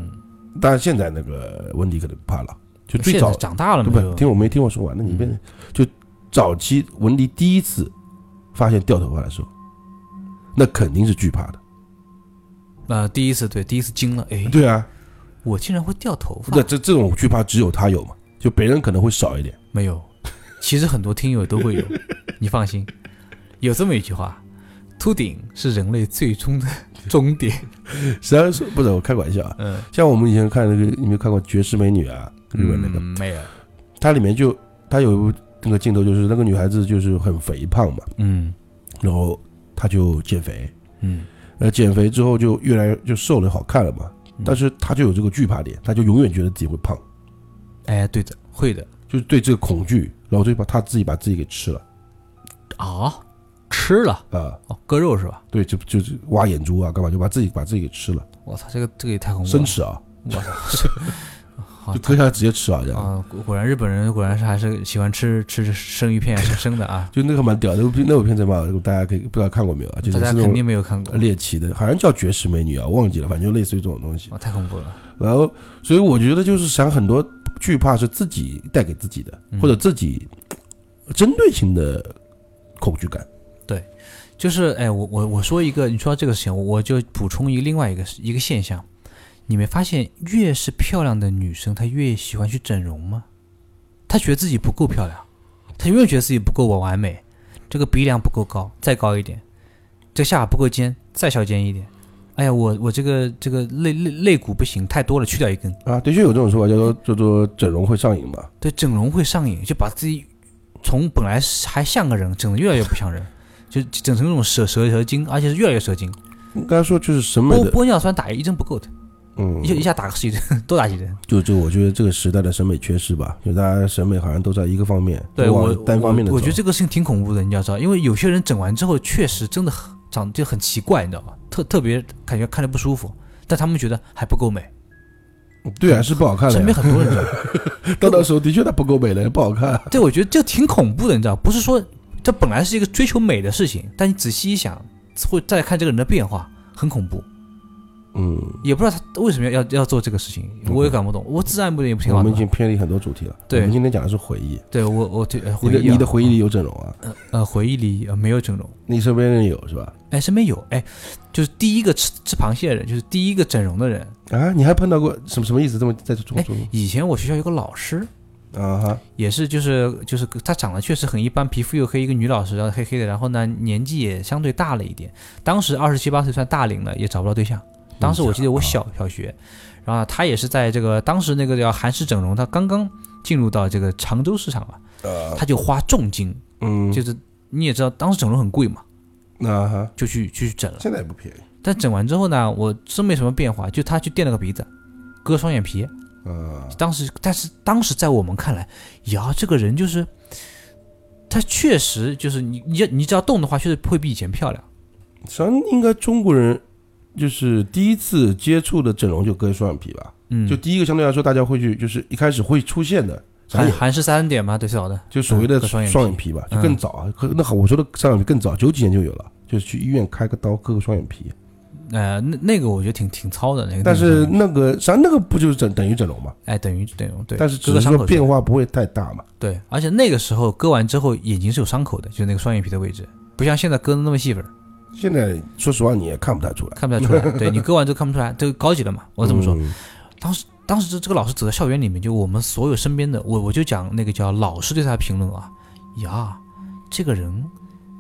A: 当然现在那个温迪可能不怕了，就最
B: 现
A: 早
B: 在长大了
A: 对不
B: 嘛，就嗯
A: 对？听我没听我说完，那你别就早期文迪第一次发现掉头发的时候，那肯定是惧怕的。
B: 呃第一次对第一次惊了，哎，
A: 对啊，
B: 我竟然会掉头发
A: 那，这这种惧怕只有他有嘛，就别人可能会少一点。
B: 没有，其实很多听友都 会有，你放心。有这么一句话：秃顶是人类最 终的终点。
A: 实际上是不是我开玩笑啊？
B: 嗯，
A: 像我们以前看那个，你没有看过《绝世美女》啊？日本那个
B: 嗯没有。
A: 它里面就它有一部那个镜头，就是那个女孩子就是很肥胖嘛，
B: 嗯
A: 然后她就减肥，
B: 嗯，
A: 呃，减肥之后就越来越就瘦了，好看了嘛
B: 嗯。
A: 但是她就有这个惧怕点，她就永远觉得自己会胖，
B: 哎，对的，会的
A: 就是对这个恐惧，然后就把她自己把自己给吃了
B: 啊，吃了
A: 啊、
B: 哦，割肉是吧？
A: 对，就就是挖眼珠啊，干嘛就把自己把自己给吃了，
B: 我操，这个这个也太恐怖
A: 生
B: 了！
A: 吃啊，
B: 我操， 好
A: 就割下来直接吃啊，这样。。
B: 啊，果果然日本人果然是还是喜欢吃吃生鱼片，是生的啊
A: 就那个蛮屌的，那部片那部片子嘛，大家可以不知道看过没有啊？ 就是
B: 大家
A: 是那
B: 肯
A: 种
B: 定没有看过，
A: 猎奇的，好像叫《绝世美女》啊，忘记了，反正就类似于这种东西。
B: 哇，哦太恐怖了！
A: 然后，所以我觉得就是想很多惧怕是自己带给自己的，
B: 嗯
A: 或者自己针对性的恐惧感。
B: 就是哎，我我我说一个，你说到这个事情，我我就补充一个另外一个一个现象，你没发现越是漂亮的女生，她越喜欢去整容吗？她觉得自己不够漂亮，她永远觉得自己不够完完美，这个鼻梁不够高，再高一点，这个下巴不够尖，再削尖一点。哎呀，我我这个这个肋肋肋骨不行，太多了，去掉一根。
A: 啊，的确有这种说法，叫做叫做整容会上瘾嘛。
B: 对，整容会上瘾，就把自己从本来是还像个人，整的越来越不像人，就就整成那种蛇蛇蛇精，而且是越来越蛇精。
A: 刚才说就是审美
B: 玻
A: 的，
B: 玻尿酸打一哦针不够的，
A: 嗯
B: 一，下一下打个十几针，多打几针。
A: 就就我觉得这个时代的审美缺失吧，就大家审美好像都在一个方面，
B: 对
A: 往
B: 我
A: 单方面的
B: 我，我觉得
A: 走
B: 这个事情挺恐怖的，你要知道，因为有些人整完之后确实真的很长就很奇怪，你知道吧？特特别感觉看着不舒服，但他们觉得还不够美。
A: 对啊，是不好看
B: 身
A: 的
B: 边
A: 呀。
B: 很多人 这样，
A: 到那时候的确它不够美了，不好看。
B: 对我觉得这挺恐怖的，你知道，不是说这本来是一个追求美的事情，但你仔细一想，会再看这个人的变化，很恐怖。
A: 嗯，
B: 也不知道他为什么要要要做这个事情，
A: 嗯
B: 我也搞不懂。我自然不也不挺
A: 我
B: 好的
A: 们已
B: 吗
A: 经偏离很多主题了。
B: 对
A: 我们今天讲的是回忆，
B: 对我我对、呃
A: 你
B: 回忆
A: 的
B: 啊
A: 你的回忆里有整容啊？
B: 呃回忆里、呃、没有整容，
A: 你身边人有是吧？
B: 哎身边有哎，就是第一个吃吃螃蟹的人，就是第一个整容的人。
A: 啊，你还碰到过什么什么意思？这么在这中
B: 哎
A: 中
B: 以前我学校有个老师，
A: 啊哈，
B: 也是就是就是她长得确实很一般，皮肤又黑，一个女老师，然后黑黑的，然后呢年纪也相对大了一点，当时二十七八岁算大龄了，也找不到对象。
A: 嗯
B: 当时我记得
A: 啊
B: 我小小学，然后呢她也是在这个当时那个叫韩式整容，她刚刚进入到这个常州市场吧，
A: 呃，
B: 她就花重金
A: 嗯，
B: 就是你也知道，当时整容很贵嘛，
A: 啊哈，
B: 就去去整了。
A: 现在也不便宜
B: 但整完之后呢，我真没什么变化，就他去垫了个鼻子，割双眼皮，
A: 啊，
B: 当时，但是当时在我们看来，呀，这个人就是，他确实就是你，你要你只要动的话，确实会比以前漂亮。
A: 实际上应该中国人就是第一次接触的整容就割双眼皮吧，
B: 嗯，
A: 就第一个相对来说大家会去就是一开始会出现的
B: 韩
A: 产品，
B: 韩式三点嘛，最早的
A: 就所谓的
B: 嗯割双眼皮嗯
A: 双眼皮吧，就更早啊。可那好，我说的双眼皮更早，九几年就有了，就是去医院开个刀割个双眼皮。啊
B: 呃，那那个我觉得挺挺糙的那个，
A: 但是那个实际上那个不就是整等于整容嘛？
B: 哎，等于等于对，
A: 但是
B: 割
A: 只
B: 个
A: 是
B: 伤口
A: 说
B: 出来
A: 变化不会太大嘛。
B: 对，而且那个时候割完之后眼睛是有伤口的，就是那个双眼皮的位置，不像现在割的那么细粉，
A: 现在说实话你也看不太出来。
B: 看不 太出来。对你割完之后看不出来，这个高级了嘛？我这么说，
A: 嗯？
B: 当时这个老师走在校园里面，就我们所有身边的，我我就讲那个叫老师对他的评论啊，呀，这个人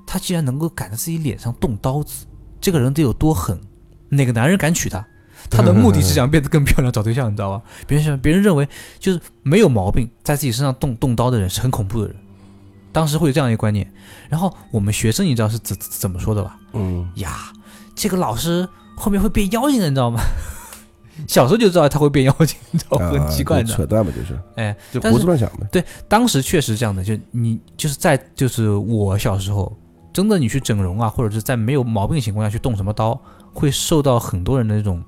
B: 他竟然能够敢在自己脸上动刀子，这个人得有多狠？哪个男人敢娶她？他的目的是想变得更漂亮，找对象，你知道吧？别人想，别人认为就是没有毛病，在自己身上动动刀的人是很恐怖的人。当时会有这样一个观念，然后我们学生你知道是怎怎么说的吧？
A: 嗯，
B: 呀，这个老师后面会变妖精的，你知道吗？ 小时候就知道他会变妖精，你知道吗？很
A: 啊
B: 奇怪
A: 就
B: 的。
A: 扯淡嘛，就是
B: 哎，
A: 就
B: 但
A: 胡
B: 是
A: 思乱想呗。
B: 当时确实这样的，就你就是在就是我小时候，真的你去整容啊，或者是在没有毛病的情况下去动什么刀，会受到很多人的那种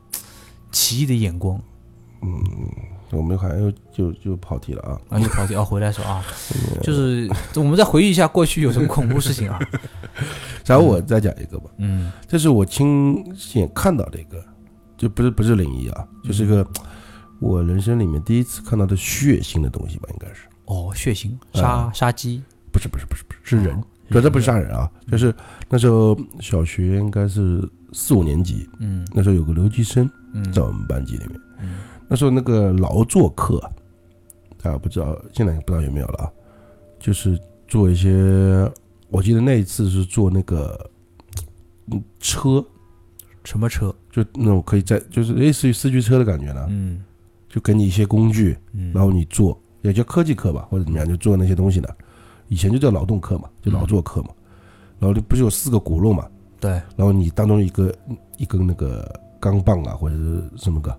B: 嘖奇异的眼光
A: 我们好像又就就跑题了啊。
B: 啊。又跑题哦，回来 说啊，
A: 嗯
B: 就是我们再回忆一下过去有什么恐怖事情啊？
A: 然后我再讲一个吧，
B: 嗯
A: 这是我亲眼看到的一个，就不是不是灵异啊，就是一个
B: 嗯
A: 我人生里面第一次看到的血腥的东西吧，应该是
B: 哦，血腥
A: 嗯
B: 杀杀鸡
A: 不是不是不是不是是人，
B: 绝
A: 绝
B: 对
A: 对不是杀人啊，就是
B: 嗯
A: 那时候小学应该是四五年级，
B: 嗯
A: 那时候有个留级生
B: 嗯
A: 在我们班级里面，
B: 嗯
A: 那时候那个劳作课，啊，不知道现在不知道有没有了啊，就是做一些，我记得那一次是做那个嗯车。
B: 什么车
A: 就那种可以在，就是类似于四驱车的感觉呢，
B: 嗯
A: 就给你一些工具，
B: 嗯，
A: 然后你做，也叫科技课吧，或者怎么样，就做那些东西呢。以前就叫劳动课嘛，就劳作课嘛。然后你不是有四个轱辘嘛，
B: 对
A: 然后你当中一个一根那个钢棒啊，或者是什么个，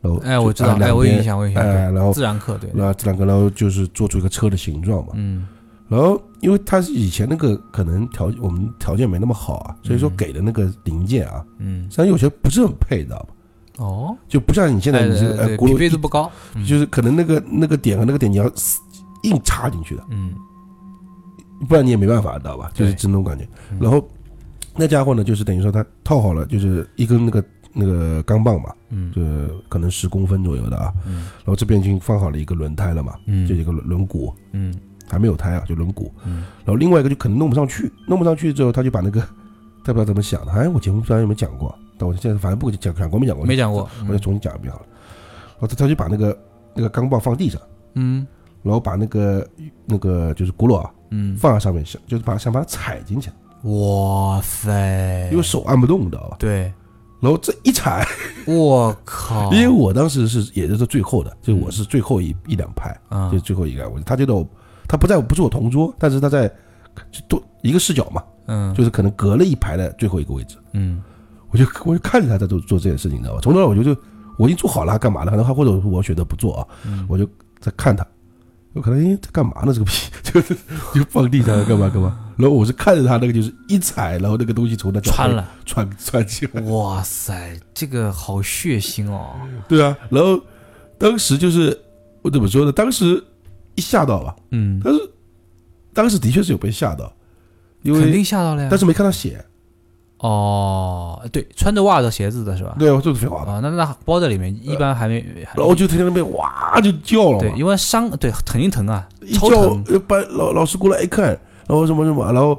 A: 然后
B: 哎，我知
A: 就啊
B: 道，
A: 按两
B: 哎，我有印
A: 边，
B: 象，我有印象。对
A: 哎，然后
B: 自然课，对，
A: 然后这两个，然后就是做出一个车的形状嘛。
B: 嗯
A: 然后因为他是以前那个可能条我们条件没那么好啊，所以说
B: 嗯
A: 给的那个零件啊，
B: 嗯
A: 实，际上有些不是很配，知道吧？
B: 哦，
A: 就不像你现在你是
B: 哎
A: 呃
B: 对
A: 轱
B: 匹
A: 辘
B: 配度不高，嗯
A: 就是可能那个那个点和那个点你要死硬插进去的，
B: 嗯
A: 不然你也没办法，知道吧？就是
B: 对
A: 这种感觉
B: 嗯。
A: 然后那家伙呢，就是等于说他套好了，就是一根那个那个钢棒嘛，
B: 嗯
A: 就是可能十公分左右的啊。
B: 嗯
A: 然后这边已经放好了一个轮胎了嘛，
B: 嗯
A: 就一个轮轮毂，
B: 嗯
A: 还没有胎啊，就轮毂。
B: 嗯
A: 然后另外一个就可能弄不上去，弄不上去之后，他就把那个他不知道怎么想的，哎，我节目不知道有没有讲过，但我现在反正不管讲讲过没讲过，
B: 没讲过，
A: 我再重新讲一遍好了。然后他他就把那个那个钢棒放地上。
B: 嗯
A: 然后把那个那个就是轱辘啊
B: 嗯，
A: 放在上面，想就是把想把它踩进去，
B: 哇塞，
A: 因为手按不动，你知道吧？
B: 对，
A: 然后这一踩，
B: 我靠，
A: 因为我当时是也就是最后的，就是我是最后一一两排，
B: 嗯啊
A: 就是最后一个，我他觉得我他不在我不是我同桌，但是他在就多一个视角嘛，
B: 嗯
A: 就是可能隔了一排的最后一个位置，
B: 嗯
A: 我就我就看着他在做做这件事情，你知道吧？从头到尾我就就我已经做好了，他干嘛了？然后或者我选择不做啊，
B: 嗯
A: 我就在看他，我可能哎在干嘛呢？这个屁 就是就放地上干嘛干嘛。然后我是看着他那个就是一踩，然后那个东西从他脚
B: 穿了，
A: 穿穿起来，
B: 哇塞，这个好血腥哦，
A: 对啊。然后当时就是我怎么说呢？当时一吓到吧，
B: 嗯，
A: 但是当时的确是有被吓到，因
B: 肯
A: 为
B: 定吓到了呀
A: 但，是没看到血，
B: 哦，对，穿着袜子鞋子的是吧？
A: 对啊，我就是废话嘛。
B: 啊，那那包在里面，一般还没，还没
A: 然后就天天被哇就叫了
B: 对，
A: 嘛，
B: 因为伤对肯定疼啊，
A: 一
B: 超
A: 叫
B: 疼，
A: 呃班老老师过来一看，然后什么什么，然后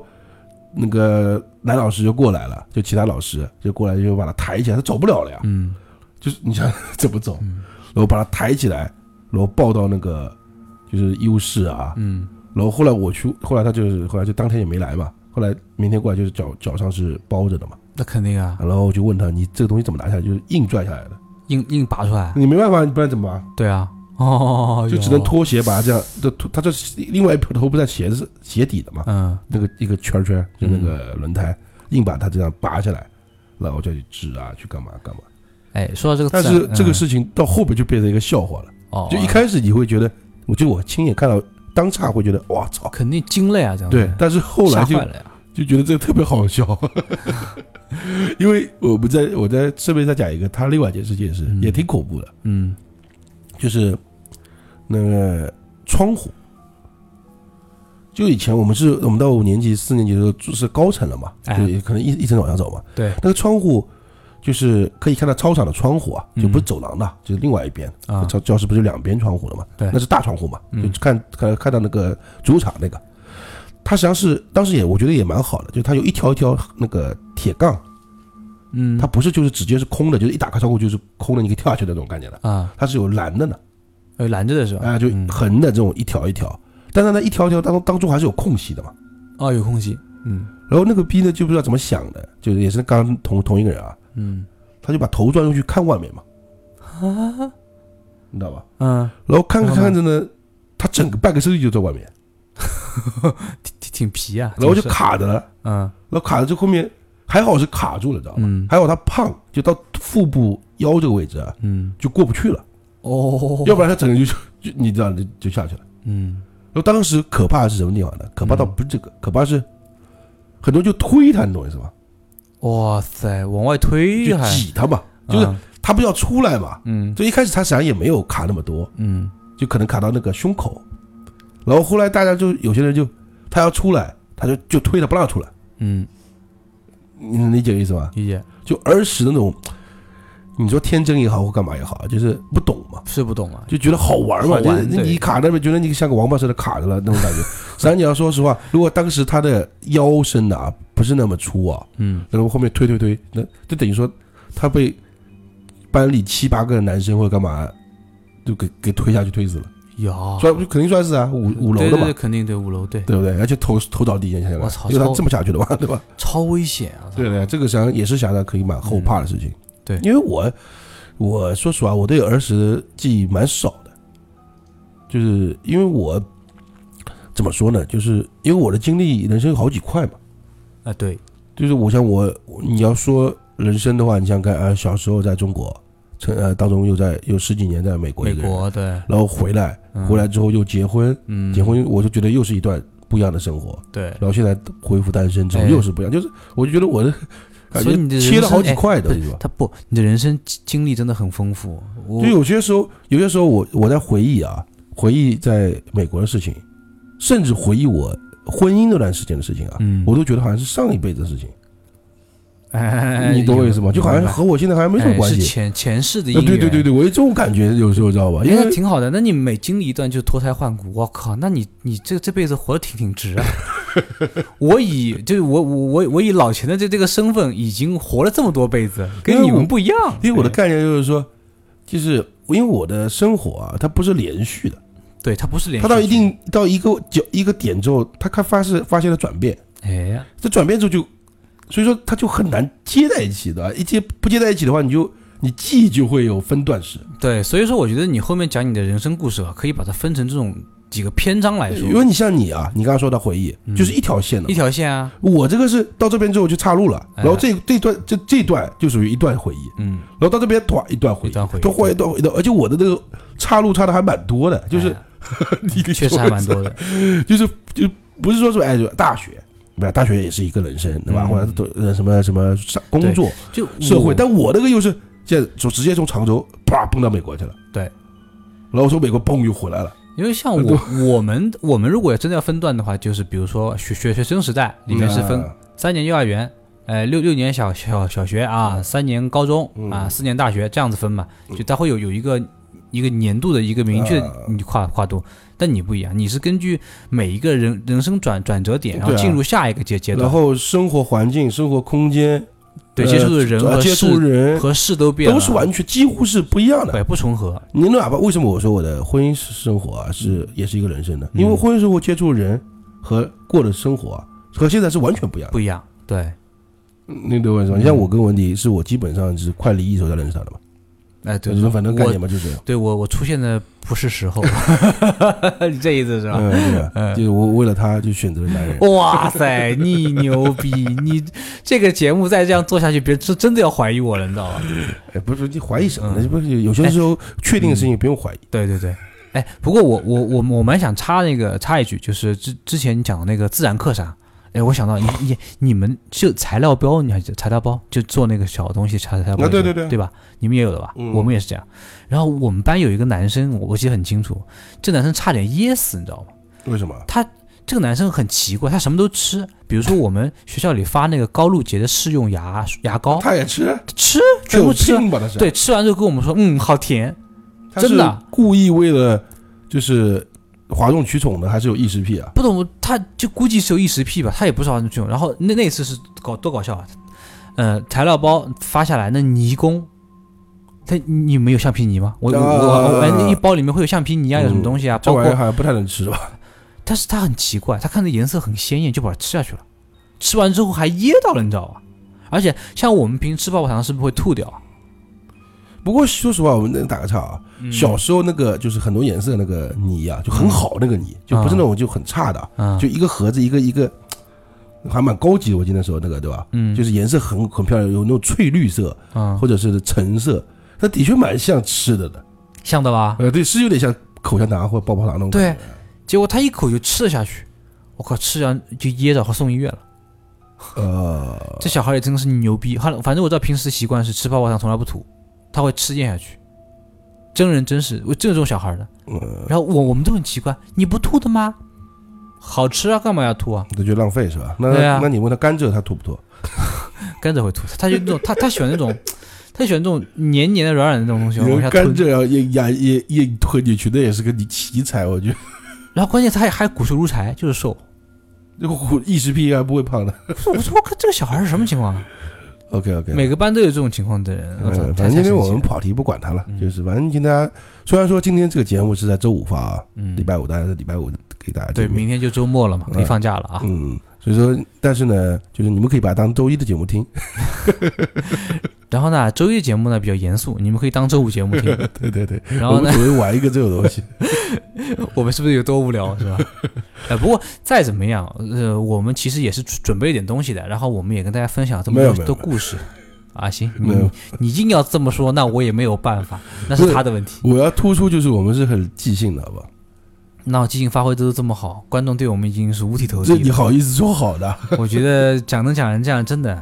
A: 那个男老师就过来了，就其他老师就过来就把他抬起来，他走不了了呀，
B: 嗯
A: 就是你想 怎么走，
B: 嗯
A: 然后把他抬起来，然后抱到那个就是医务室啊，
B: 嗯
A: 然后后来我去，后来他就是后来就当天也没来嘛，后来明天过来就是脚脚上是包着的嘛，
B: 那肯定啊，
A: 然后我就问他你这个东西怎么拿下来，就是硬拽下来的，
B: 硬硬拔出来。
A: 你没办法，你不然怎么办？
B: 对啊，哦，
A: 就只能。脱鞋把它这样，这脱他这另外一头不在鞋子鞋底的嘛，
B: 嗯，
A: 那个一个圈儿圈儿，就那个轮胎，硬把它这样拔下来，然后再去治啊，去干嘛干嘛。
B: 哎，说到这个
A: 但
B: 自然，
A: 是这个
B: 嗯
A: 事情到后边就变成一个笑话了，
B: 哦，
A: 就一开始你会觉得，我就我亲眼看到，当场会觉得哇操，
B: 哦肯定惊了呀，这样子
A: 对，但是后来
B: 吓
A: 就
B: 坏了呀，
A: 就觉得这个特别好笑， 因为我们在我在顺便再讲一个，他另外一件事情也是、
B: 嗯
A: 也挺恐怖的，
B: 嗯，
A: 就是那个窗户。就以前我们是我们到五年级、四年级的时候住是高层了嘛，
B: 哎
A: 就可能一一层往上走嘛。
B: 对
A: 那个窗户就是可以看到操场的窗户啊，就不是走
B: 嗯
A: 廊的，就是另外一边。
B: 啊，
A: 教教室不是有两边窗户的嘛？
B: 对
A: 那是大窗户嘛，
B: 嗯
A: 就看看看到那个主场那个，它实际上是当时也我觉得也蛮好的，就它有一条一条那个铁杠，
B: 嗯，
A: 它不是就是直接是空的，就是一打开窗户就是空的，你可以跳下去的那种感觉的，
B: 啊，
A: 它是有蓝的呢，
B: 呃，拦着的是吧？
A: 啊，就
B: 嗯
A: 横的这种一条一条，但是呢一条一条当中当中还是有空隙的嘛。
B: 哦，有空隙，嗯
A: 然后那个逼呢就不知道怎么想的，就是也是刚刚同同一个人啊，
B: 嗯
A: 他就把头转过去看外面嘛，
B: 啊，
A: 你知道吧？
B: 嗯，
A: 然后看着
B: 然后
A: 看着
B: 呢
A: 呢，他整个半个身体就在外面，
B: 挺挺挺皮啊，
A: 然后就
B: 真是，
A: 卡着了。
B: 嗯
A: 然后卡着这后面还好是卡住了，知道吗？
B: 嗯
A: 还好他胖，就到腹部腰这个位置啊，
B: 嗯，
A: 就过不去了，
B: 哦，
A: 要不然他整个就就你知道就就下去了。
B: 嗯
A: 然后当时可怕的是什么地方呢？可怕倒不是这个，可怕是很多人就推他，你懂我意思吧？
B: 嗯哇塞，往外推
A: 就
B: 还
A: 挤他嘛，就是
B: 啊
A: 他不要出来嘛。
B: 嗯
A: 就一开始他实际上也没有卡那么多，
B: 嗯
A: 就可能卡到那个胸口，然后后来大家就有些人就他要出来，他就就推他不让出来，
B: 嗯，
A: 你能理解我意思吧？
B: 理解
A: 就儿时的那种，你说天真也好或干嘛也好，就是不懂嘛，
B: 是不懂啊，
A: 就觉得好玩嘛，
B: 好玩
A: 就是
B: 对
A: 你卡那边觉得你像个王八似的卡着了那种感觉。 实际上你要说实话，如果当时他的腰身啊不是那么粗啊，
B: 嗯
A: 然后后面推推推，那就等于说他被班里七八个男生或者干嘛。就给给推下去推死了，
B: 呀，
A: 算肯定算是啊，五五楼
B: 对
A: 的
B: 哦对
A: 嘛，
B: 对肯定对五楼对，
A: 对不对？而且头头倒地，你想想
B: 我
A: 看，
B: 操
A: 因为他
B: 超
A: 这么下去的嘛，对吧？
B: 超危险啊，嗯
A: 对对，这个实际上也是想想可以蛮后怕的事情。
B: 对
A: 因为我我说实话，我对儿时记忆蛮少的，就是因为我怎么说呢？就是因为我的经历，人生有好几块嘛。
B: 啊对，
A: 就是我想我你要说人生的话，你想想看啊，小时候在中国，成呃当中又在有十几年在美国
B: 美
A: 一个人，
B: 国对，
A: 然后回来
B: 嗯
A: 回来之后又结婚，
B: 嗯
A: 结婚我就觉得又是一段不一样的生活。
B: 对，
A: 然后现在恢复单身之后
B: 哎
A: 又是不一样，就是我就觉得我 的感
B: 所以你
A: 觉
B: 的
A: 切了好几
B: 人生哎
A: 块的，
B: 不
A: 对吧？
B: 他不，你的人生经经历真的很丰富，我
A: 就有些时候，有些时候我我在回忆啊，回忆在美国的事情，甚至回忆我婚姻那段时间的事情啊，
B: 嗯
A: 我都觉得好像是上一辈子的事情，
B: 哎，
A: 你懂我意思吗？就好像
B: 明白
A: 和我现在好像没什么
B: 哎
A: 关
B: 是
A: 系。
B: 前前世的
A: 啊
B: 姻缘，
A: 对对对对，我有这种感觉，有时候知道吧？因
B: 哎，那
A: 为
B: 挺好的。那你每经历一段就脱胎换骨，我靠，那你你这这辈子活得挺挺值啊！ 我以就是我我我我以老钱的这这个身份，已经活了这么多辈子，
A: 因
B: 跟
A: 为
B: 你
A: 我
B: 们不一样。哎
A: 因为我的概念就是说，就是因为我的生活啊，它不是连续的，
B: 对他不是连
A: 它
B: 续
A: 到
B: 剧
A: 一定到一个角一个点之后，它看发生发现了转变。
B: 哎呀，
A: 这转变之后就，所以说它就很难接在一起的，一接不接在一起的话，你就你记忆就会有分段式，
B: 对，所以说我觉得你后面讲你的人生故事啊，可以把它分成这种几个篇章来说
A: 因，为你像你啊，你刚刚说到回忆，
B: 哎嗯
A: 就是一条线的
B: 一
A: 嘛。
B: 条线啊，
A: 我这个是到这边之后就岔路了，
B: 哎
A: 然后这这段这这段就属于一段回忆，
B: 嗯，
A: 然后到这边突然一段回
B: 一
A: 忆，
B: 段回忆
A: 突然一段回忆，而且我的这个岔路岔的还蛮多的，就是
B: 哎
A: 你可以
B: 确实
A: 说
B: 还蛮多 的，
A: 就是就不是说是哎，就大学，对吧？大学也是一个人生，对吧？
B: 嗯
A: 或者都呃什么什么上工作，
B: 就
A: 社会，
B: 我
A: 但我那个又是现在就直接从常州啪蹦到美国去了。
B: 对
A: 然后从美国蹦又回来了。
B: 因为像我我们我们如果真的要分段的话，就是比如说学学学生时代里面是分
A: 嗯
B: 三年幼儿园，呃，六六年小小小学啊，三年高中啊，
A: 嗯
B: 四年大学这样子分嘛，就它会有有一个一个年度的一个明确
A: 啊
B: 的你跨跨度，但你不一样，你是根据每一个人人生转转折点，然后
A: 对啊
B: 进入下一个阶阶
A: 然
B: 段，
A: 后生活环境、生活空间，
B: 对
A: 呃
B: 接触的人
A: 呃
B: 和
A: 接触
B: 事
A: 人
B: 和事都变了，
A: 都是完全几乎是不一样的。
B: 对不重合，
A: 你哪怕为什么我说我的婚姻生活啊是也是一个人生的，
B: 嗯
A: 因为婚姻生活接触人和过的生活啊和现在是完全不一样的。
B: 不一样，对，
A: 你懂我意思吗？
B: 嗯
A: 像我跟文迪是我基本上是快离异时候才认识他的嘛，
B: 哎，对，
A: 嗯就是反正概
B: 我
A: 念嘛，就是这样。
B: 对我我出现的不是时候，你这意思是吧？
A: 嗯，对 啊，就是我为了他就选择了男人。
B: 哇塞，你牛逼！你这个节目再这样做下去，别人是真的要怀疑我了，你知道吧？
A: 哎，不是你怀疑什么呢？
B: 嗯
A: 不是有些时候确定的事情不用怀疑。
B: 对对对，哎，不过我我我我蛮想插那个插一句，就是之之前你讲的那个自然课上，哎，我想到你你你们就材料包，你还记得材料包就做那个小东西材材料
A: 啊
B: 包那个，
A: 对对对
B: 对吧？你们也有的吧？
A: 嗯
B: 我们也是这样。然后我们班有一个男生，我我记得很清楚，这男生差点噎死，你知道吗？
A: 为什么？
B: 这个男生很奇怪，他什么都吃，比如说我们学校里发那个高露洁的试用牙牙膏，
A: 他也吃，啊
B: 吃
A: 他
B: 全部
A: 有
B: 吃，
A: 病吧？他是，
B: 对，吃完之后跟我们说，嗯，好甜，
A: 他是
B: 真的啊
A: 故意为了就是哗众取宠的，还是有异食癖啊？
B: 不懂，他就估计是有异食癖吧，他也不知道这种。然后那那次是搞多搞笑啊，呃，材料包发下来那泥工，他你们有橡皮泥吗？我我我我，哎，那一包里面会有橡皮泥啊，有什么东西啊？
A: 这
B: 包
A: 玩意儿
B: 括，
A: 好像不太能吃 吧？
B: 但是他很奇怪，他看着颜色很鲜艳，就把它吃下去了，吃完之后还噎到了，你知道吧？而且像我们平时吃泡泡糖是不是会吐掉啊？
A: 不过说实话，我们能打个岔啊。
B: 嗯
A: 小时候那个就是很多颜色那个泥啊，就很好那个泥，就不是那种就很差的啊，
B: 嗯，
A: 就一个盒子一个一个，还蛮高级的。我记得那时候那个对吧？
B: 嗯
A: 就是颜色很很漂亮，有那种翠绿色
B: 嗯，
A: 或者是橙色，它的确蛮像吃的的。
B: 像的吧？
A: 呃，对，是有点像口香糖或者爆泡糖那种。
B: 对，结果他一口就吃了下去，我靠，吃完就噎着，然后送医院了。
A: 呃，
B: 这小孩也真的是牛逼。后来反正我知道平时习惯是吃泡泡糖从来不吐，他会吃咽下去。真人真事，我就这种小孩的。
A: 嗯，
B: 然后我我们都很奇怪，你不吐的吗？好吃啊，干嘛要吐啊？
A: 那就浪费是吧？那
B: 对啊
A: 那你问他甘蔗他吐不吐？
B: 甘蔗会吐，他就那种他他喜欢那种，他喜欢这种黏黏的软软的那种东西
A: 有
B: 往
A: 人
B: 下
A: 甘
B: 吞。
A: 蔗要硬压硬硬吞进去，那也是个奇才，我觉得。
B: 然后关键他还还骨瘦如柴，就是瘦。
A: 这个异食癖啊，不会胖的。
B: 我说我说我靠，这个小孩是什么情况啊？
A: OK OK，
B: 每个班都有这种情况的人。我操
A: 呃，
B: 太
A: 反正今天我们
B: 太神奇了
A: 跑题不管它了，
B: 嗯
A: 就是反正今天虽然说今天这个节目是在周五发啊，
B: 嗯
A: 礼拜五大家是礼拜五给大家
B: 对，
A: 见面
B: 明天就周末了嘛，可以放假了啊。
A: 嗯，所以说，但是呢，就是你们可以把它当周一的节目听，
B: 然后呢，周一节目呢比较严肃，你们可以当周五节目听。
A: 对对对，
B: 然后
A: 我
B: 呢
A: 们，准备玩一个这种东西，
B: 我们是不是有多无聊，是吧？哎，不过再怎么样，呃，我们其实也是准准备一点东西的，然后我们也跟大家分享这么
A: 没有
B: 多
A: 没有
B: 多故事。啊，行，
A: 没有
B: 你你硬要这么说，那我也没有办法，那
A: 不
B: 是
A: 是
B: 他的问题。
A: 我要突出就是我们是很即兴的，好吧？
B: 那我即兴发挥都这么好，观众对我啊们已经是五体投
A: 这
B: 地
A: 你
B: 了。
A: 好意思说好的？
B: 我觉得讲着讲着这样，真的，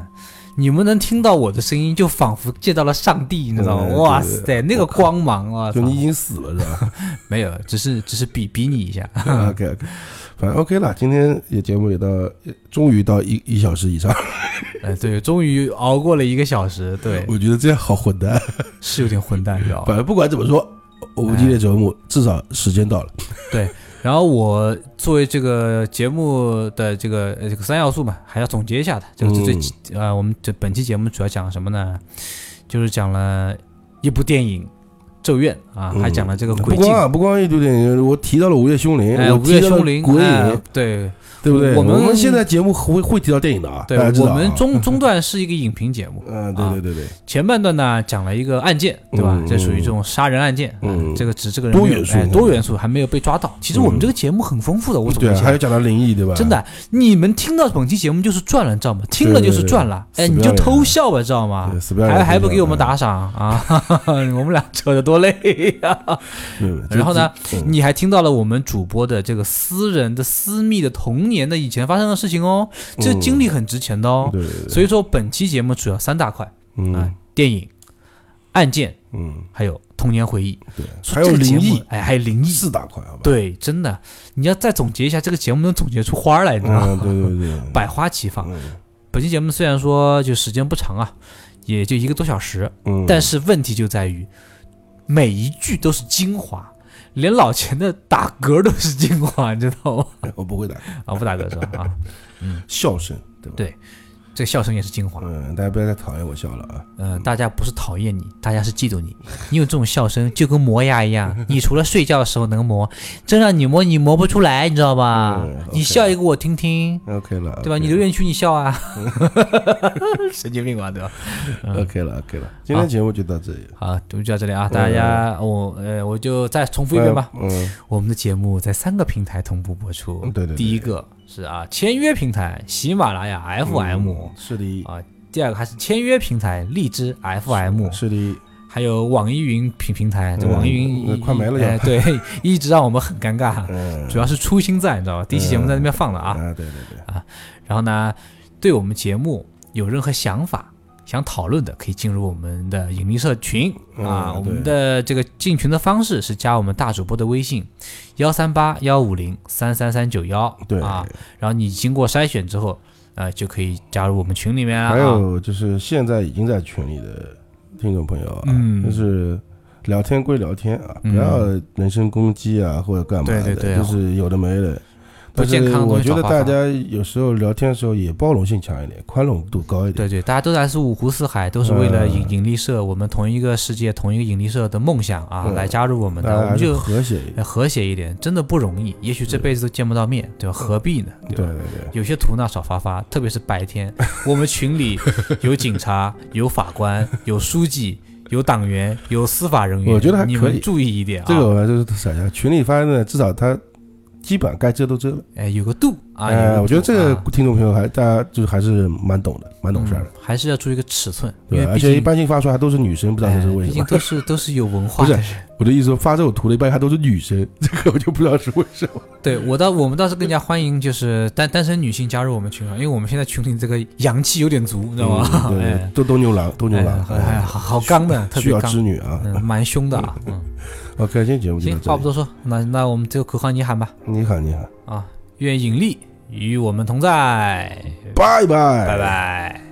B: 你们能听到我的声音，就仿佛见到了上帝，你知道吗？
A: 嗯
B: 哇
A: 对
B: 塞，那个光芒啊！
A: 就
B: 操
A: 你已经死了是吧
B: 没有，只是只是比比你一下。
A: ？OK OK，反正 OK 了，今天也节目也到，终于到一一小时以上，
B: 哎，对，终于熬过了一个小 时，对，
A: 我觉得这样好混蛋。
B: 是有点混蛋，你知道吧？
A: 反正不管怎么说，我们今天节目至少时间到了，
B: 然后我作为这个节目的这个呃这个三要素嘛，还要总结一下的。这个是
A: 嗯
B: 最、呃，我们这本期节目主要讲什么呢？就是讲了一部电影《咒怨》啊，还讲了这个
A: 嗯不
B: 鬼境
A: 光。啊，不光一堆电影，我提到了《午夜凶铃》，
B: 哎，
A: 我
B: 午
A: 提
B: 夜
A: 到了
B: 凶铃，
A: 鬼
B: 哎
A: 影，
B: 对
A: 对不对？
B: 我
A: 我
B: 们
A: 现在节目会会提到电影的啊，
B: 对
A: 大家，知
B: 我
A: 道啊
B: 们 啊中中段是一个影评节目，
A: 嗯，对对对对，
B: 前半段呢讲了一个案件，对吧
A: 嗯？
B: 这属于这种杀人案件，
A: 嗯
B: 啊这个指这个人
A: 多
B: 没有
A: 元素
B: 哎多元素还没有被抓到。其实我
A: 嗯
B: 们这个节目很丰富的，我总
A: 对
B: 结
A: 啊，
B: 起
A: 还
B: 来
A: 有。讲到灵异，对吧？
B: 真的，你们听到本期节目就是赚了，你知道吗？听了就是赚了，
A: 对
B: 哎，
A: 对对
B: 你就偷笑吧，知道吗
A: 对，？死不要脸
B: 啊还还不给我们
A: 嗯
B: 打赏啊！ 我们俩扯得多累呀、
A: 嗯
B: 然后呢，
A: 这嗯
B: 你还听到了我们主播的这个私人的、私密的童年的以前发生的事情哦，这
A: 嗯
B: 经历很值钱的哦。
A: 对嗯对对，
B: 所以说，本期节目主要三大块啊
A: 嗯：
B: 电影、案件，
A: 嗯，
B: 还有童年回忆。
A: 对，
B: 说
A: 还有
B: 这个节
A: 灵
B: 目
A: 异，
B: 哎，还有灵异。
A: 四大块，好吧？，
B: 对，真的，你要再总结一下这个节目，能总结出花儿来，你知道
A: 嗯，
B: 吗？
A: 对对 对，
B: 百花齐放。
A: 嗯
B: 本期节目虽然说就时间不长啊，也就一个多小时，
A: 嗯，
B: 但是问题就在于每一句都是精华，连老钱的打嗝都是精华，你知道吗？
A: 哎我不会打
B: 啊，不打嗝是吧？啊，
A: 笑声，对吧？
B: 对这个笑声也是精华。
A: 嗯，大家不要再讨厌我笑了啊！
B: 呃，大家不是讨厌你，大家是嫉妒你。你有这种笑声，就跟磨牙一样， 你除了睡觉的时候能磨，真让你磨，你磨不出来，你知道吧？
A: 嗯，OK
B: 你笑一个我听听，
A: OK 了，
B: 对吧？你留言区你 笑啊，神经病吧，对吧？
A: OK 了，OK 了。
B: 啊
A: 今天节目就到这里，
B: 好，就到这里啊，大家，我呃，我就再重复一遍吧。
A: 嗯，
B: 呃我们的节目在三个平台同步播出。
A: 嗯对对对
B: 第一个是啊签约平台喜马拉雅 FM，、
A: 嗯是的，
B: 啊，第二个还是签约平台荔枝 FM，
A: 是的，
B: 还有网易云平平台。这
A: 嗯
B: 网易云、
A: 那快没了要
B: 哎对，一直让我们很尴 尬，
A: 嗯
B: 主要是初心在，你知道吧？第一期节目在那边放了啊。
A: 啊，对对对，
B: 然后呢，对我们节目有任何想法。想讨论的可以进入我们的引力社群啊，
A: 嗯
B: 我
A: 对
B: 们的这个进群的方式是加我们大主播的微信幺三八幺五零三三三九幺，
A: 对
B: 啊，然后你经过筛选之后，呃，就可以加入我们群里面啊。
A: 还有就是现在已经在群里的听众朋友啊，
B: 嗯
A: 就是聊天归聊天啊，
B: 嗯
A: 不要人身攻击啊或者干嘛的，
B: 对对对
A: 就是有的没的。
B: 不健康的
A: 但是
B: 东
A: 我
B: 西
A: 觉
B: 找
A: 得
B: 话
A: 大
B: 法
A: 家有时候聊天的时候也包容性强一点，宽容度高一点。
B: 对对，大家都来自五湖四海，都是为了引
A: 嗯
B: 引力社，我们同一个世界、同一个引力社的梦想啊，
A: 嗯
B: 来加入我们
A: 大
B: 的，
A: 家
B: 我们
A: 还是
B: 就
A: 和谐一点。
B: 呃和谐一点，真的不容易。也许这辈子都见不到面，对吧？何必呢？
A: 对
B: 吧？
A: 对对，
B: 有些图呢少发发，特别是白 天，我们群里有警察、有法官、有书记、有党员、有司法人员，
A: 我觉得还
B: 你
A: 可以
B: 们注意一点啊，
A: 这个我还是撒下群里发呢，至少他基本该遮都遮了。
B: 哎有个度啊。有个
A: 哎，
B: 度
A: 我觉得这
B: 啊
A: 个听众朋友还大家就是还是蛮懂的，蛮懂事儿的
B: 嗯。还是要注意一个尺寸，因
A: 对啊
B: 为
A: 吧，而
B: 毕
A: 且一
B: 竟
A: 般性发出来还都是女生，不知道这是
B: 哎
A: 为什
B: 毕竟
A: 么。
B: 都是都是有文 化
A: 不
B: 的
A: 是
B: 人。
A: 我的意思说，发这种图的一般还都是女生， 这个我就不知道是为什么。
B: 对我倒我们倒是更加欢迎就是单单身女性加入我们群啊，因为我们现在群里这个阳气有点足，你知道吗？
A: 嗯对
B: 哎
A: 对，都都牛郎，都牛郎
B: 哎，哎，
A: 哎
B: 好好刚的，特
A: 需
B: 别
A: 要织
B: 刚，
A: 女啊。
B: 嗯，蛮凶的啊。嗯，
A: OK，今天节目就
B: 行，话
A: 到
B: 不
A: 这里。
B: 多说，那那我们这个口号你喊吧
A: 你好，你好，
B: 啊，愿引力与我们同在，
A: 拜拜，
B: 拜。拜。